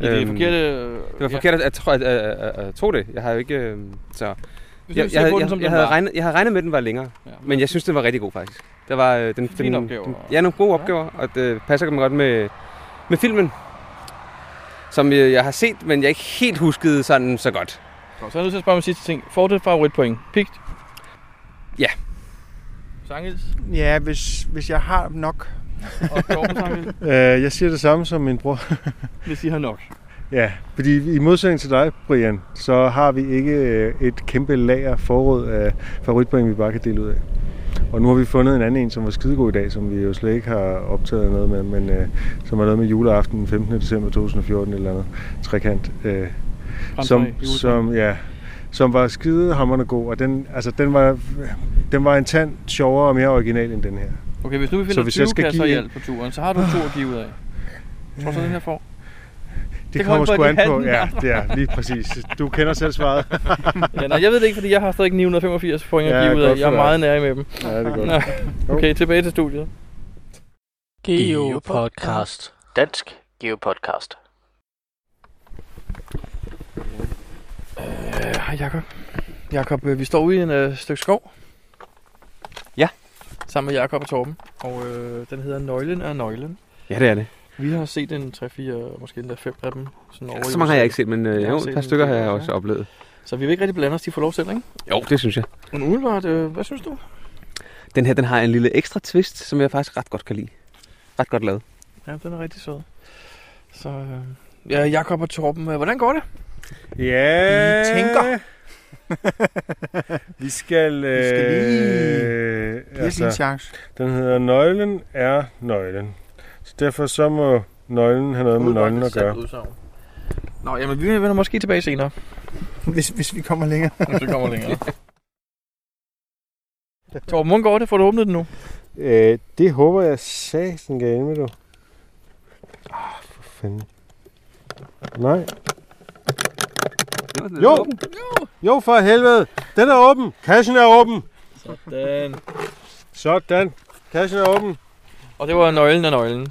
Speaker 5: Ja, det er
Speaker 2: Øhm,
Speaker 5: forkerte...
Speaker 2: Det var forkert, at, at, at, at, at, at tro det. Jeg havde jo ikke... Øh, så. Jeg,
Speaker 5: Ja.
Speaker 2: jeg, jeg, havde- jeg, jeg, havde regnet, jeg havde regnet med, at den var længere.
Speaker 5: Ja.
Speaker 2: Men jeg synes, den var rigtig god faktisk. Der var øh, den,
Speaker 5: Fine
Speaker 2: den,
Speaker 5: opgaver.
Speaker 2: Den, ja, nogle gode opgaver, og det passer mig godt med, med filmen. Som øh, jeg, jeg har set, men jeg ikke helt huskede sådan så godt.
Speaker 5: Nå, så er jeg nødt til at spørge mig sidste ting. Får du et favoritpoint? Pigt?
Speaker 2: Ja.
Speaker 5: Sangels?
Speaker 10: Ja, hvis, hvis jeg har
Speaker 9: [laughs]
Speaker 10: nok.
Speaker 5: Og Torben
Speaker 8: [laughs]
Speaker 5: Sangels?
Speaker 8: Øh, jeg siger det samme som min bror.
Speaker 5: Hvis I har nok.
Speaker 8: Ja, fordi i modsætning til dig, Brian, så har vi ikke øh, et kæmpe lager forråd af favoritpoint, vi bare kan dele ud af. Og nu har vi fundet en anden en, som var skidegod i dag, som vi jo slet ikke har optaget noget med, men øh, som er noget med juleaften den 15. december 2014 eller andet trekant. Øh, som, som, ja, som var skidehammerende god, og den, altså, den, var, den var en tand sjovere og mere original end den her.
Speaker 5: Okay, hvis nu vi
Speaker 8: Så
Speaker 5: finder
Speaker 8: hvis
Speaker 5: 20
Speaker 8: jeg skal
Speaker 5: kasser
Speaker 8: give
Speaker 5: i
Speaker 8: en-
Speaker 5: alt på turen, så har du to at give ud af. Tror du, så den her får?
Speaker 8: Det,
Speaker 5: Det
Speaker 8: det
Speaker 5: kommer
Speaker 8: kommer sgu
Speaker 5: an
Speaker 8: an
Speaker 5: på,
Speaker 8: på.
Speaker 5: at de
Speaker 8: Ja,
Speaker 5: har
Speaker 8: det er lige præcis. Du kender selv svaret.
Speaker 5: Ja, nej, jeg ved det ikke, fordi jeg har stadig 985 point at
Speaker 8: Ja,
Speaker 5: give ud af.
Speaker 8: godt
Speaker 5: Jeg er
Speaker 8: for
Speaker 5: meget nær med dem.
Speaker 8: [laughs] Ja, det er godt.
Speaker 5: Nå, Okay, tilbage til studiet.
Speaker 3: Geo Podcast. Dansk Geo Podcast.
Speaker 5: Øh, hej Jakob. Jakob, øh, vi står ude i en øh, stykke skov.
Speaker 2: Ja.
Speaker 5: Sammen med Jakob og Torben. Og øh, den hedder Nøglen er Nøglen.
Speaker 2: Ja, det er det.
Speaker 5: Vi har set en 3-4, måske endda 5 af dem. Sådan over i
Speaker 2: Så mange har
Speaker 5: USA.
Speaker 2: jeg ikke set, men øh,
Speaker 5: Jeg har
Speaker 2: jo,
Speaker 5: set
Speaker 2: et par
Speaker 5: den
Speaker 2: stykker har
Speaker 5: film
Speaker 2: jeg
Speaker 5: også,
Speaker 2: også oplevet.
Speaker 5: Så vi vil ikke rigtig blande os, de får lov selv, ikke?
Speaker 2: Jo, det synes jeg.
Speaker 5: Men umiddelbart, øh, hvad synes du?
Speaker 2: Den her, den har en lille ekstra twist, som jeg faktisk ret godt kan lide. Ret godt lavet.
Speaker 5: Ja, den er rigtig sød. Så, øh, ja, Jakob og Torben, øh, hvordan går det?
Speaker 8: Ja.
Speaker 10: Vi tænker.
Speaker 8: vi skal... Øh,
Speaker 10: Vi skal lige
Speaker 8: lige...
Speaker 10: Det er sin chance.
Speaker 8: den hedder Nøglen er nøglen. Så derfor så må nøglen have noget med
Speaker 5: Umiddelbart
Speaker 8: nøglen
Speaker 5: et
Speaker 8: at
Speaker 5: sandt
Speaker 8: gøre.
Speaker 5: udsagn. Nå, jamen vi vender måske tilbage senere,
Speaker 10: Hvis, hvis vi kommer længere.
Speaker 5: når det kommer længere. Torben, hvordan går det? Får du åbnet den nu?
Speaker 8: Øh, det håber jeg satan gerne med, du. Ah, for fanden. Nej. Jo! Jo, for helvede! Den er åben! Kassen er åben!
Speaker 5: Sådan.
Speaker 8: Sådan. Kassen er åben.
Speaker 5: Og det var nøglen af nøglen.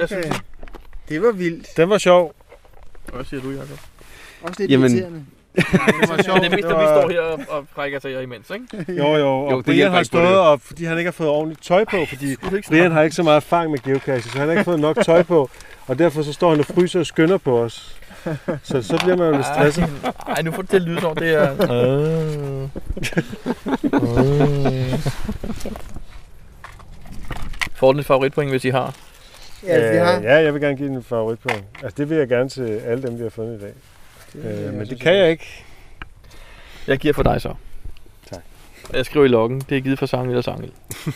Speaker 10: Okay. Det var vildt.
Speaker 8: Den var sjov.
Speaker 5: Hvad siger du, Jacob?
Speaker 10: Også lidt
Speaker 2: Jamen-
Speaker 10: irriterende.
Speaker 5: Det var sjovt. Det er mest, at vi
Speaker 8: Det var-
Speaker 5: står her og, og prikker til jer imens, ikke?
Speaker 8: Jo, jo. Og
Speaker 2: Jo,
Speaker 8: jo,
Speaker 2: det
Speaker 8: Brian
Speaker 2: hjælper
Speaker 8: har
Speaker 2: ikke på
Speaker 8: stået
Speaker 2: det.
Speaker 8: op, fordi han ikke har fået ordentligt tøj på, fordi
Speaker 5: Du kan ikke
Speaker 8: Brian har ikke så meget erfaring med geocache, så han har ikke fået nok tøj på. Og derfor så står han og fryser og skynder på os. Så så bliver man jo lidt stresset. Ah.
Speaker 5: Nej, nu får det til at lyde som om det er...
Speaker 2: Ah.
Speaker 5: Øh. Øh. Får den et favoritpoint, hvis I har.
Speaker 10: Ja, altså, vi har.
Speaker 8: Øh, ja, jeg vil gerne give den en favoritpoint. Altså, det vil jeg gerne til alle dem, vi har fundet i dag. Øh, men det kan jeg ikke.
Speaker 5: Jeg giver for dig så.
Speaker 8: Tak.
Speaker 5: Jeg skriver i loggen. Det er givet for Sangel og Sangel.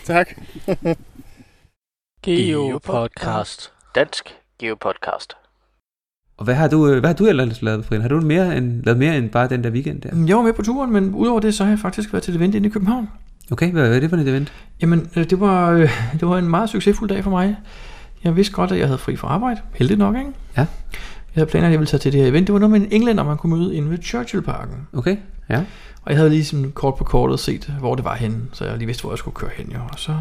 Speaker 10: Tak.
Speaker 3: Geo Podcast. Dansk Geo Podcast.
Speaker 6: Og hvad har du, øh, hvad har du ellers lavet, Brian? Har du mere end, lavet mere end bare den der weekend der?
Speaker 1: Jeg var med på turen, men udover det, så har jeg faktisk været til et event inde i København.
Speaker 6: Okay, hvad, hvad er det for et event?
Speaker 1: Jamen, øh, det var, øh, [laughs] det var en meget succesfuld dag for mig. Jeg vidste godt, at jeg havde fri fra arbejde. Heldigt nok, ikke?
Speaker 6: Ja.
Speaker 1: Jeg havde planer, at jeg ville tage til det her event. Det var noget med en englænder, man kunne møde inde ved Churchill-parken.
Speaker 6: Okay, ja.
Speaker 1: Og jeg havde lige sådan kort på kortet set, hvor det var henne, så jeg lige vidste, hvor jeg skulle køre hen. Jo. Og så,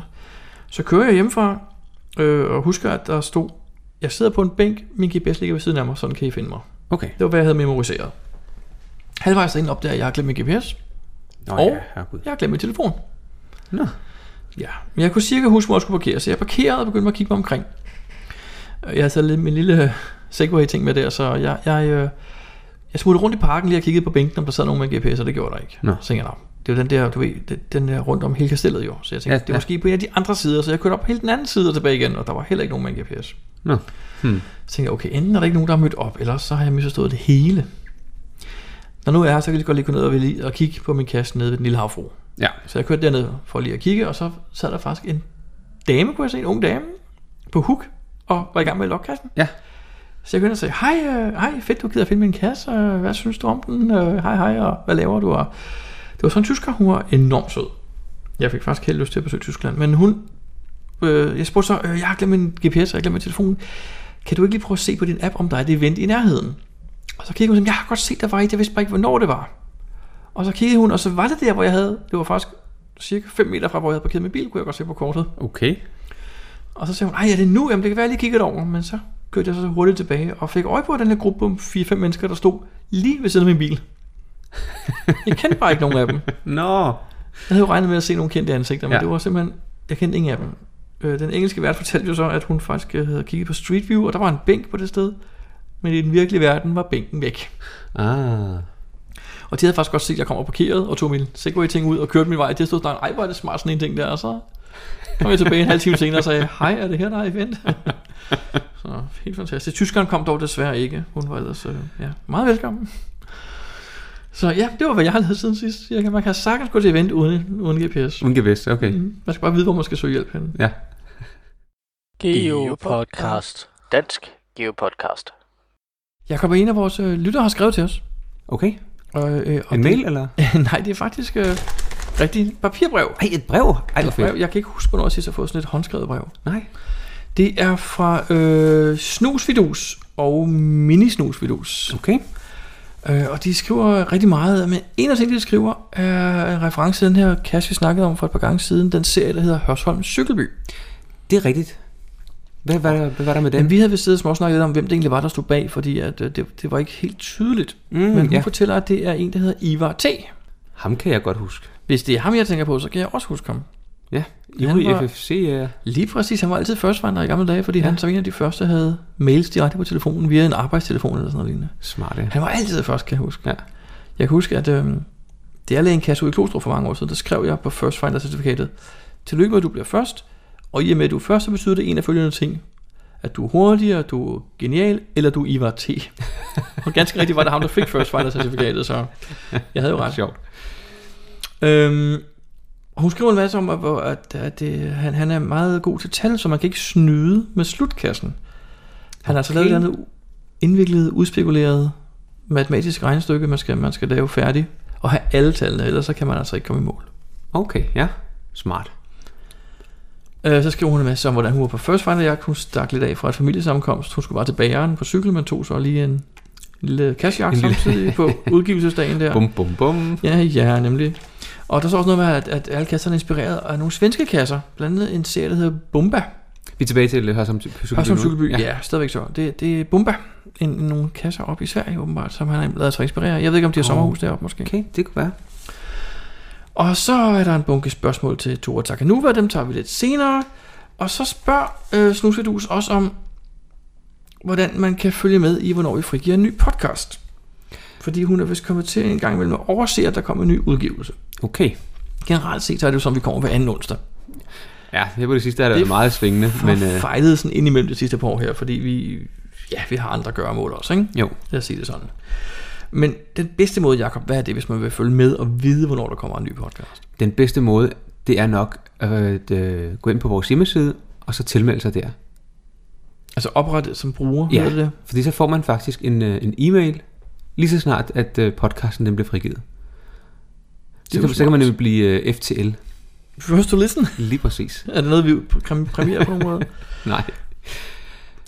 Speaker 1: så kører jeg hjemmefra, øh, og husker, at der stod, jeg sidder på en bænk, min GPS ligger ved siden af mig, sådan kan I finde mig.
Speaker 6: Okay.
Speaker 1: Det var, hvad jeg havde memoriseret. Halvvejs ind opdager jeg, at jeg har glemt min GPS.
Speaker 6: Nå
Speaker 1: Og-
Speaker 6: ja, herregud.
Speaker 1: Jeg har glemt min telefon.
Speaker 6: Nå.
Speaker 1: Ja, men jeg kunne cirka huske, hvor jeg skulle parkere, så jeg parkerede og begyndte at kigge mig omkring. Øh, Jeg havde taget lidt min lille Segway-ting med der, så jeg, jeg, øh, jeg smuttede rundt i parken lige og kiggede på bænken, om der sad nogen med en GPS, og det gjorde der ikke.
Speaker 6: Nå.
Speaker 1: Så tænkte jeg, "Nå, det var den der, du ved, den- den der rundt om hele kastellet jo. Så jeg tænkte,
Speaker 6: Ja,
Speaker 1: ja, det er
Speaker 6: ja.
Speaker 1: måske på en af de andre sider, så jeg kørte op på hele den anden side og tilbage igen, og der var heller ikke nogen med en GPS.
Speaker 6: Nå. Hmm.
Speaker 1: Så tænkte jeg, okay, enten er der ikke nogen, der har mødt op, eller så har jeg misforstået det hele. Når nu er jeg her, så kan jeg lige godt lige gå ned og, lige- og kigge på min kasse nede ved den lille havfru.
Speaker 6: Ja.
Speaker 1: Så jeg kørte derned for lige at kigge, og så sad der faktisk en dame, kunne jeg se, en ung dame, på huk, og var i gang med at lokke kassen.
Speaker 6: Ja.
Speaker 1: Så jeg begyndte og sagde, hej, øh, hej, fedt, du gider at finde min kasse, øh, hvad synes du om den, Øh, hej, hej, og hvad laver du? Og det var sådan en tysker, hun var enormt sød. Jeg fik faktisk helt lyst til at besøge Tyskland, men hun øh, jeg spurgte så, øh, jeg har glemt min GPS, og jeg har glemt min telefon. Kan du ikke lige prøve at se på din app, om der er et event i nærheden? Og så kiggede hun sådan, jeg har godt set, der var et, jeg vidste bare ikke, hvornår det var. Og så kiggede hun, og så var det der, hvor jeg havde, det var faktisk cirka 5 meter fra, hvor jeg havde parkeret min bil, kunne jeg godt se på kortet.
Speaker 11: Okay.
Speaker 1: Og så sagde hun, ej, er det nu? Jamen, det kan være, jeg lige kigger over. Men så kørte jeg så hurtigt tilbage og fik øje på den her gruppe på 4-5 mennesker, der stod lige ved siden af min bil. jeg kendte bare ikke nogen af dem.
Speaker 11: Nå.
Speaker 1: Jeg havde jo regnet med at se nogle kendte ansigter, men
Speaker 11: Ja.
Speaker 1: ja. det var simpelthen, jeg kendte ingen af dem. Øh, den engelske vært fortalte jo så, at hun faktisk øh, havde kigget på Street View, og der var en bænk på det sted, men i den virkelige verden var bænken væk.
Speaker 11: Ah.
Speaker 1: Og de havde faktisk godt set, at jeg kom og parkerede, og tog min Segway-ting ud og kørte min vej. Det stod sådan, ej, hvor er det smart sådan en ting der, og så kom jeg tilbage en halv time senere og sagde, hej, er det her, der er
Speaker 2: [laughs]
Speaker 1: event? så helt fantastisk. Tyskeren kom dog desværre ikke. Hun var ellers øh, ja, meget velkommen. Så ja, det var, hvad jeg har lavet siden sidst. cirka. Man kan sagtens gå til event uden, uden GPS.
Speaker 2: Uden gevidst, okay.
Speaker 1: Mm. Man skal bare vide, hvor man skal søge hjælp henne.
Speaker 3: Geopodcast. Dansk Geopodcast.
Speaker 1: Jakob, en af vores øh, lyttere har skrevet til os.
Speaker 2: Okay.
Speaker 1: Og, øh, og
Speaker 2: En
Speaker 1: det,
Speaker 2: mail, eller?
Speaker 1: [laughs] nej, det er faktisk øh, rigtigt papirbrev.
Speaker 2: Ej, et brev. Ej, hvor fedt.
Speaker 1: Brev. Jeg kan ikke huske, hvornår jeg sidst har fået sådan et håndskrevet brev.
Speaker 2: Nej.
Speaker 1: Det er fra øh, Snusvidus og Minisnusvidus.
Speaker 2: Okay.
Speaker 1: Øh, og de skriver rigtig meget, men en af tingene, de skriver, er en reference til den her kasse, vi snakkede om for et par gange siden, den serie, der hedder Hørsholm Cykelby.
Speaker 2: Det er rigtigt. Hvad, hvad, hvad var der med den?
Speaker 1: Men vi havde ved siddet og snakket lidt om, hvem det egentlig var, der stod bag, fordi at, øh, det, det var ikke helt tydeligt.
Speaker 2: Mm,
Speaker 1: Men hun
Speaker 2: ja.
Speaker 1: fortæller, at det er en, der hedder Ivar T.
Speaker 2: Ham kan jeg godt huske.
Speaker 1: Hvis det er ham, jeg tænker på, så kan jeg også huske ham.
Speaker 2: Ja,
Speaker 1: Han
Speaker 2: Ivrig
Speaker 1: var-
Speaker 2: FFC er...
Speaker 1: Lige præcis, han var altid førstfinder i gamle dage, fordi ja. han som en af de første havde mails direkte på telefonen via en arbejdstelefon eller sådan noget lignende.
Speaker 2: Smart, ja.
Speaker 1: Han var altid først, kan jeg huske.
Speaker 2: Ja.
Speaker 1: Jeg kan huske, at øh, da jeg lagde en kasse ud i Klostrup for mange år siden, der skrev jeg på First Finder-certifikatet, tillykke med, at du bliver først, og i og med, at du er først, så betyder det en af følgende ting. At du er hurtigere, du er genial, eller du er Ivar T. [laughs] og ganske rigtigt var det ham, der fik First Finder-certifikatet, så jeg havde jo ret.
Speaker 2: Sjovt.
Speaker 1: Øhm, og hun skriver en masse om, at, hvor- at, at det, han, han er meget god til tal, så man kan ikke snyde med slutkassen. Han har altså lavet et eller andet indviklet, udspekuleret matematisk regnestykke, man skal, man skal lave færdig og have alle tallene, ellers så kan man altså ikke komme i mål.
Speaker 2: Okay, ja. Smart.
Speaker 1: Øh, så skriver hun en masse om, hvordan hun var på First Finder Jagt. Hun stak lidt af fra et familiesammenkomst. Hun skulle bare til bageren på cykel, men tog så lige en, en lille cashjagt
Speaker 2: En lille-
Speaker 1: samtidig på udgivelsesdagen
Speaker 2: [laughs]
Speaker 1: der.
Speaker 2: Bum, bum, bum.
Speaker 1: Ja, ja, nemlig. Og der står også noget med, at, at alle kasserne er inspireret af nogle svenske kasser. Blandt andet en serie, der hedder Bomba.
Speaker 2: Vi er tilbage til Hørsholm Cykelby.
Speaker 1: Hørsholm
Speaker 2: nu.
Speaker 1: Cykelby, ja. ja, stadigvæk så. Det, det er Bomba, en, en, nogle kasser op i Sverige åbenbart, som han har lavet sig inspirere. Jeg ved ikke, om de har
Speaker 2: Åh.
Speaker 1: sommerhus deroppe måske.
Speaker 2: Okay, det kunne være.
Speaker 1: Og så er der en bunke spørgsmål til Tore Takanuva, dem tager vi lidt senere. Og så spørger øh, Snusvedus også om, hvordan man kan følge med i, hvornår vi frigiver en ny podcast. Fordi hun er vist kommet til en gang imellem at overse, at der kommer en ny udgivelse.
Speaker 2: Okay.
Speaker 1: Generelt set så er det jo som, vi kommer hver anden onsdag.
Speaker 2: Ja, her på det sidste er det,
Speaker 1: Det
Speaker 2: det meget svingende, men
Speaker 1: Men
Speaker 2: øh,
Speaker 1: øh... fejlede sådan ind imellem det sidste par år her, fordi vi, ja, vi har andre gøremål også, ikke?
Speaker 2: jo.
Speaker 1: Lad os sige det sådan. Men den bedste måde, Jakob, hvad er det, hvis man vil følge med og vide, hvornår der kommer en ny podcast?
Speaker 2: Den bedste måde, det er nok at øh, gå ind på vores hjemmeside, og så tilmelde sig der.
Speaker 1: Altså oprettet som bruger,
Speaker 2: Ja.
Speaker 1: hedder det det?
Speaker 2: Fordi så får man faktisk en, øh, en e-mail, lige så snart, at øh, podcasten den bliver frigivet.
Speaker 1: er
Speaker 2: Så
Speaker 1: jo
Speaker 2: kan, så kan
Speaker 1: smart.
Speaker 2: man nemlig blive øh, FTL.
Speaker 1: First to listen. [laughs]
Speaker 2: Lige præcis.
Speaker 1: Er det noget, vi præm- præmierer på nogen
Speaker 2: [laughs]
Speaker 1: måde?
Speaker 2: Nej,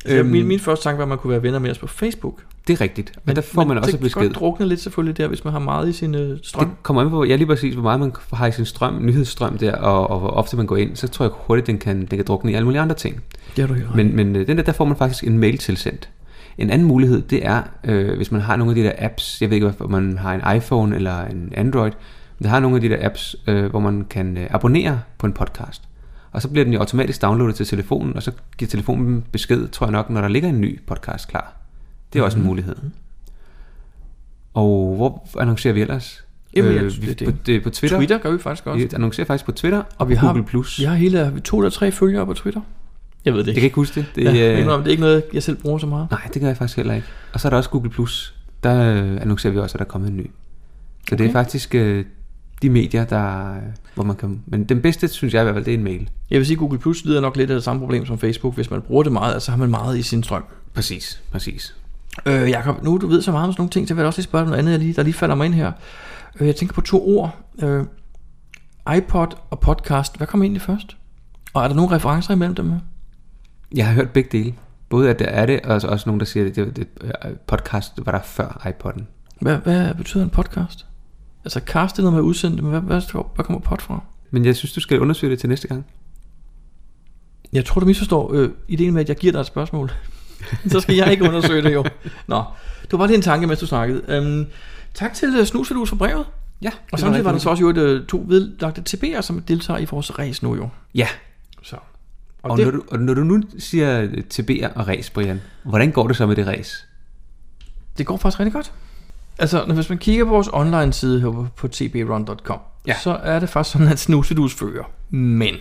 Speaker 1: Altså,
Speaker 2: Øhm.
Speaker 1: min, min første tanke var, at man kunne være venner med os på Facebook.
Speaker 2: det er rigtigt. Men, der får man også
Speaker 1: det
Speaker 2: et
Speaker 1: kan
Speaker 2: besked.
Speaker 1: godt drukne lidt selvfølgelig der, hvis man har meget i sin øh, strøm.
Speaker 2: Det kommer an på, ja lige præcis, hvor meget man har i sin strøm, nyhedsstrøm der, og, og hvor ofte man går ind, så tror jeg hurtigt, den kan, den kan drukne i alle mulige andre ting.
Speaker 1: Det har du helt ret.
Speaker 2: Men, men øh, den der, der får man faktisk en mail tilsendt. En anden mulighed, det er, øh, hvis man har nogle af de der apps, jeg ved ikke, om man har en iPhone eller en Android, men der har nogle af de der apps, øh, hvor man kan øh, abonnere på en podcast. Og så bliver den jo automatisk downloadet til telefonen, og så giver telefonen besked, tror jeg nok, når der ligger en ny podcast klar. Det er også
Speaker 1: Mhm.
Speaker 2: en mulighed. Og hvor annoncerer vi ellers? Øh,
Speaker 1: Jamen, jeg synes,
Speaker 2: vi,
Speaker 1: det er
Speaker 2: på,
Speaker 1: det.
Speaker 2: det er på Twitter.
Speaker 1: Twitter gør vi faktisk også.
Speaker 2: Vi annoncerer faktisk på Twitter og,
Speaker 1: vi
Speaker 2: vi
Speaker 1: har-
Speaker 2: Google+. Har, Plus.
Speaker 1: Jeg har hele to eller tre følgere på Twitter. Jeg ved det
Speaker 2: Jeg
Speaker 1: ikke.
Speaker 2: kan ikke huske det. Det,
Speaker 1: ja, jeg
Speaker 2: øh,
Speaker 1: indrømmer, det er ikke noget, jeg selv bruger så meget.
Speaker 2: Nej, det gør jeg faktisk heller ikke. Og så er der også Google+. Plus. Der øh, annoncerer vi også, at der er kommet en ny. Så okay. det er faktisk øh, de medier, der, øh, hvor man kan... Men den bedste, synes jeg i hvert fald, det er en mail.
Speaker 1: Jeg vil sige, at Google Plus lider nok lidt af det samme problem som Facebook. Hvis man bruger det meget, altså, så har man meget i sin strøm.
Speaker 2: Præcis. Præcis.
Speaker 1: Øh, Jakob, nu du ved så meget om sådan nogle ting, så vil jeg også lige spørge dig om noget andet, jeg lige, der lige falder mig ind her. Øh, jeg tænker på to ord. Øh, iPod og podcast. Hvad kommer egentlig først? Og er der nogle referencer imellem dem her?
Speaker 2: Jeg har hørt begge dele. Både at der er det, og så også nogen, der siger, at det, det øh, podcast var der før iPod'en.
Speaker 1: Hvad, hvad betyder en podcast? Altså cast er noget med udsendte, men hvad, hvad, står- hvad kommer pod fra?
Speaker 2: Men jeg synes, du skal undersøge det til næste gang.
Speaker 1: Jeg tror, du misforstår øh, ideen med, at jeg giver dig et spørgsmål. [laughs] så skal jeg ikke undersøge det jo. Nå, det var bare lige en tanke, mens du snakkede. Øhm, tak til øh, Snuselus for brevet.
Speaker 2: Ja,
Speaker 1: Og samtidig var der så også jo et, øh, to vedlagte TB'er, som deltager i vores race nu jo.
Speaker 2: Ja,
Speaker 1: Så.
Speaker 2: og, og,
Speaker 1: det-
Speaker 2: når, du, og når du nu siger øh, TB'er og ræs, Brian, hvordan går det så med det ræs?
Speaker 1: Det går faktisk rigtig godt. Altså, når, hvis man kigger på vores online side her på- på tbrun.com, ja.
Speaker 2: Ja.
Speaker 1: så er det faktisk sådan, at Snusedus fører. Men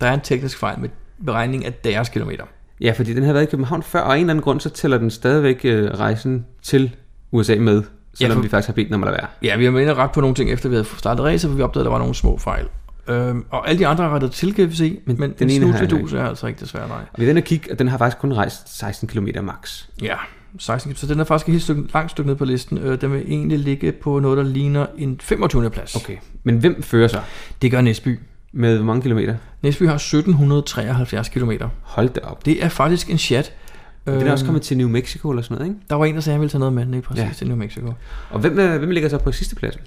Speaker 1: der er en teknisk fejl med beregning af deres kilometer.
Speaker 2: Ja, fordi den har været i København før, og af en eller anden grund, så tæller den stadigvæk øh, rejsen til USA med, selvom
Speaker 1: for-
Speaker 2: vi faktisk har bedt den om at lade være.
Speaker 1: Ja, vi har menet ret på nogle ting, efter vi havde startet racer, for vi opdagede, at der var nogle små fejl. Øhm, og alle de andre har rettet til, kan vi se, men,
Speaker 2: Men
Speaker 1: men
Speaker 2: den
Speaker 1: den
Speaker 2: ene har jeg
Speaker 1: Snusedus er altså ikke desværre, nej.
Speaker 2: Og vi er den at kigge, og den har faktisk kun rejst 16 km max.
Speaker 1: Ja, 16 så den er faktisk et helt stykke, langt stykke ned på listen. Øh, den vil egentlig ligge på noget, der ligner en 25. plads.
Speaker 2: Okay. Men hvem fører så?
Speaker 1: Det gør Næsby.
Speaker 2: Med hvor mange kilometer?
Speaker 1: Næsby har 1773 km.
Speaker 2: Hold da op.
Speaker 1: Det er faktisk en chat.
Speaker 2: Den er også
Speaker 1: Øhm,
Speaker 2: kommet til New Mexico eller sådan noget, ikke?
Speaker 1: Der var en, der sagde, at han ville tage noget med, lige præcis, ja.
Speaker 2: Ja.
Speaker 1: til New Mexico.
Speaker 2: Og hvem, øh, hvem ligger så på sidste pladsen?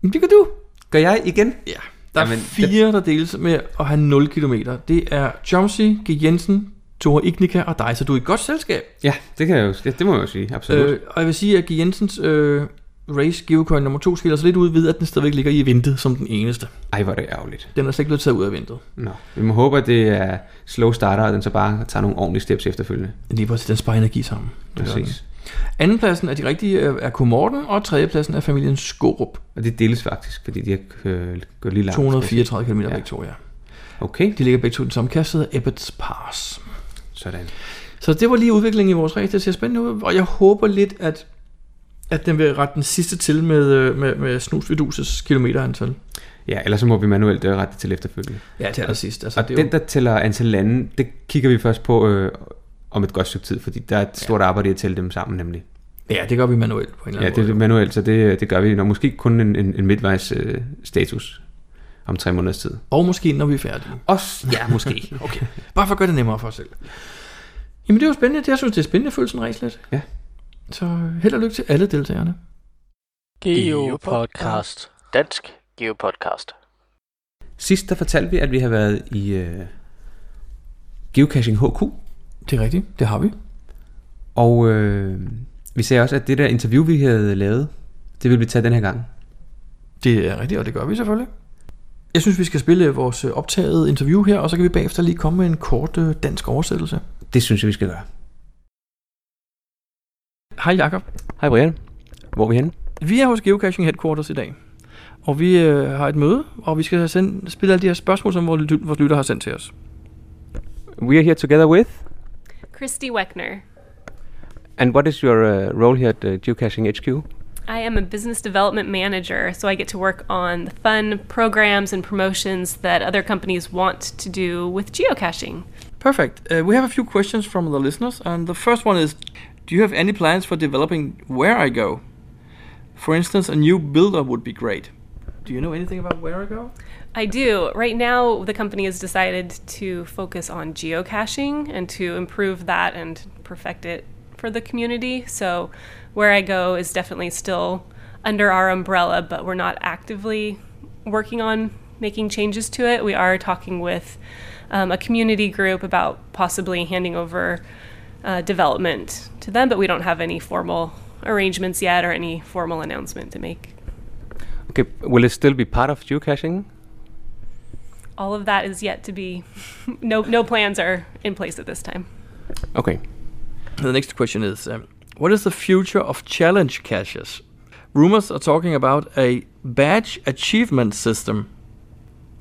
Speaker 1: Men det gør du.
Speaker 2: Gør jeg igen?
Speaker 1: Ja. Der er
Speaker 2: Jamen,
Speaker 1: fire, der deles med at have 0 km. Det er Chomsey, G. Jensen, Tore Ignika og dig, så du er i godt selskab.
Speaker 2: Ja, det kan jeg jo, ja, det må jeg jo sige, absolut.
Speaker 1: Øh, og jeg vil sige, at G. Jensens øh, race geocoin nummer 2 skiller sig lidt ud ved, at den stadigvæk ligger i eventet som den eneste.
Speaker 2: Ej, hvor er det ærgerligt.
Speaker 1: Den er slet ikke blevet taget ud af eventet.
Speaker 2: Nå, vi må håbe, at det er slow starter, og den så bare tager nogle ordentlige steps efterfølgende.
Speaker 1: Lige præcis, den sparer energi sammen. Det gør den.
Speaker 2: Præcis.
Speaker 1: Andenpladsen af de rigtige øh, er Komorten, og tredjepladsen er familien Skorup.
Speaker 2: Og det deles faktisk, fordi de har øh, gået lige langt.
Speaker 1: 234 km ja.
Speaker 2: Ja.
Speaker 1: begge to, ja.
Speaker 2: Okay,
Speaker 1: De ligger begge to i den samme kasse, der hedder Ebbets Pass.
Speaker 2: sådan.
Speaker 1: Så det var lige udviklingen i vores race. Det ser spændende ud, og jeg håber lidt, at, at den vil rette den sidste til med, øh, med, med snusviduses kilometerantal.
Speaker 2: Ja, ellers så må vi manuelt øh, rette det til efterfølgende.
Speaker 1: Ja, til allersidst. Altså,
Speaker 2: Og den, der tæller antal lande, det kigger vi først på øh, om et godt stykke tid, fordi der er et stort arbejde i at tælle dem sammen nemlig.
Speaker 1: Ja, det gør vi manuelt på en eller
Speaker 2: Ja,
Speaker 1: anden
Speaker 2: det er
Speaker 1: måde.
Speaker 2: manuelt, så det, det gør vi nok måske kun en, en, en midtvejs øh, status om tre måneders tid.
Speaker 1: Og måske, når vi er færdige.
Speaker 2: Også, [laughs] ja, måske.
Speaker 1: [laughs] Okay. Bare for at gøre det nemmere for os selv. Jamen, det var spændende. Det- Jeg synes, det er spændende at følge sådan en race lidt.
Speaker 2: Ja.
Speaker 1: Så øh, held og lykke til alle deltagerne.
Speaker 3: Geopodcast. Dansk Geopodcast.
Speaker 2: Sidst der fortalte vi, at vi har været i øh, Geocaching HQ,
Speaker 1: Det er rigtigt. Det har vi.
Speaker 2: og øh, vi sagde også, at det der interview, vi havde lavet, det ville vi tage den her gang.
Speaker 1: Det er rigtigt, og det gør vi selvfølgelig. Jeg synes, vi skal spille vores øh, optagede interview her, og så kan vi bagefter lige komme med en kort øh, dansk oversættelse.
Speaker 2: Det synes jeg, vi skal gøre.
Speaker 1: Hej Jakob.
Speaker 2: Hej Brian, hvor er vi henne?
Speaker 1: Vi er hos Geocaching Headquarters i dag, og vi øh, har et møde, og vi skal sende, spille alle de her spørgsmål, som vores, lyt- vores lytter har sendt til os.
Speaker 2: We are here together with,
Speaker 12: Christy Weckner.
Speaker 2: and what is your uh, role here at uh, Geocaching HQ?
Speaker 12: I am a business development manager, so I get to work on the fun programs and promotions that other companies want to do with geocaching.
Speaker 1: Perfect. Uh, we have a few questions from the listeners, and the first one is Do you have any plans for developing Where I Go? For instance, a new builder would be great. Do you know anything about Where I Go?
Speaker 12: I do. Right now, the company has decided to focus on geocaching and to improve that and perfect it for the community. So, where I go is definitely still under our umbrella, but we're not actively working on making changes to it. We are talking with um, a community group about possibly handing over uh, development to them, but we don't have any formal arrangements yet or any formal announcement to make.
Speaker 13: Okay, will it still be part of geocaching?
Speaker 12: all of that is yet to be [laughs] no no plans are in place at this time
Speaker 13: Okay.
Speaker 1: The next question is um, What is the future of challenge caches? Rumors are talking about a badge achievement system.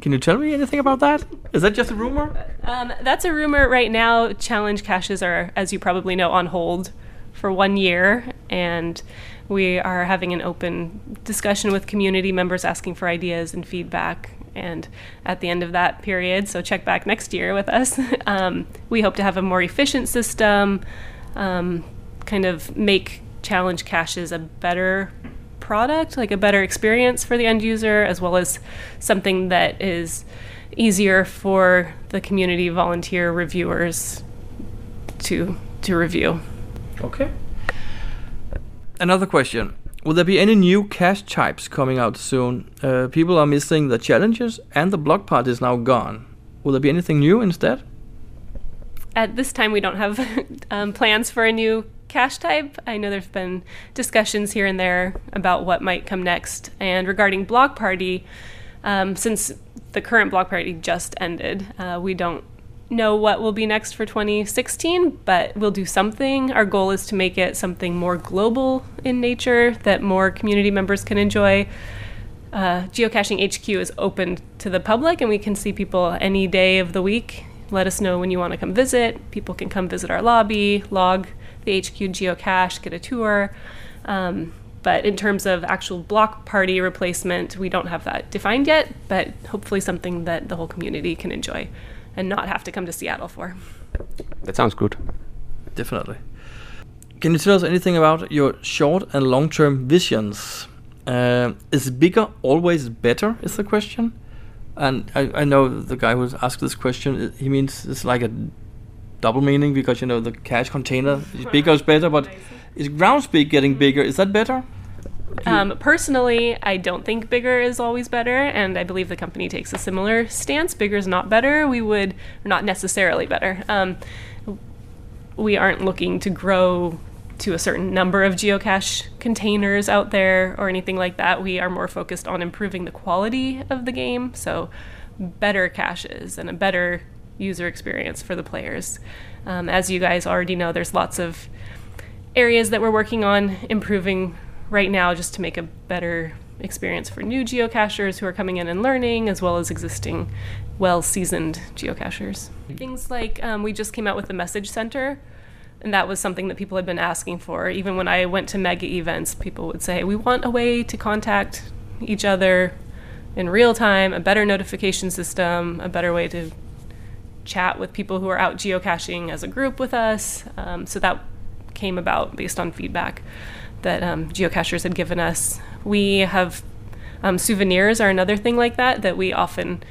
Speaker 1: Can you tell me anything about that? Is that just a rumor?
Speaker 12: um, that's a rumor right now challenge caches are as you probably know on hold for one year and we are having an open discussion with community members asking for ideas and feedback and at the end of that period so check back next year with us [laughs] um, we hope to have a more efficient system um, kind of make challenge caches a better product, like a better experience for the end user, as well as something that is easier for the community volunteer reviewers to to review.
Speaker 1: Okay. Another question. Will there be any new cache types coming out soon? Uh, people are missing the challenges, and the block part is now gone. Will there be anything new instead?
Speaker 12: At this time, we don't have [laughs] um, plans for a new cache type. I know there's been discussions here and there about what might come next. And regarding Block Party, um, since the current Block Party just ended, uh, we don't know what will be next for 2016, but we'll do something. Our goal is to make it something more global in nature that more community members can enjoy. Uh, Geocaching HQ is open to the public, and we can see people any day of the week. Let us know when you want to come visit. People can come visit our lobby, log the HQ geocache, get a tour. Um, but in terms of actual block party replacement, we don't have that defined yet, but hopefully something that the whole community can enjoy and not have to come to Seattle for.
Speaker 13: That sounds good.
Speaker 1: Definitely. Can you tell us anything about your short and long term visions? Um is bigger always better? Is the question. And I, I know the guy who asked this question, i- he means it's like a double meaning because you know the cache container is bigger is better, but is ground speed getting bigger? Is that better?
Speaker 12: Um, personally, I don't think bigger is always better, and I believe the company takes a similar stance. Bigger is not better. We would, not necessarily better. Um, we aren't looking to grow to a certain number of geocache containers out there or anything like that. We are more focused on improving the quality of the game, so better caches and a better user experience for the players. Um, as you guys already know, there's lots of areas that we're working on improving right now just to make a better experience for new geocachers who are coming in and learning, as well as existing well seasoned geocachers. Things like um, we just came out with the message center. And that was something that people had been asking for. Even when I went to mega events, people would say, We want a way to contact each other in real time, a better notification system, a better way to chat with people who are out geocaching as a group with us. Um, so that came about based on feedback that um, geocachers had given us. We have um, souvenirs are another thing like that that we often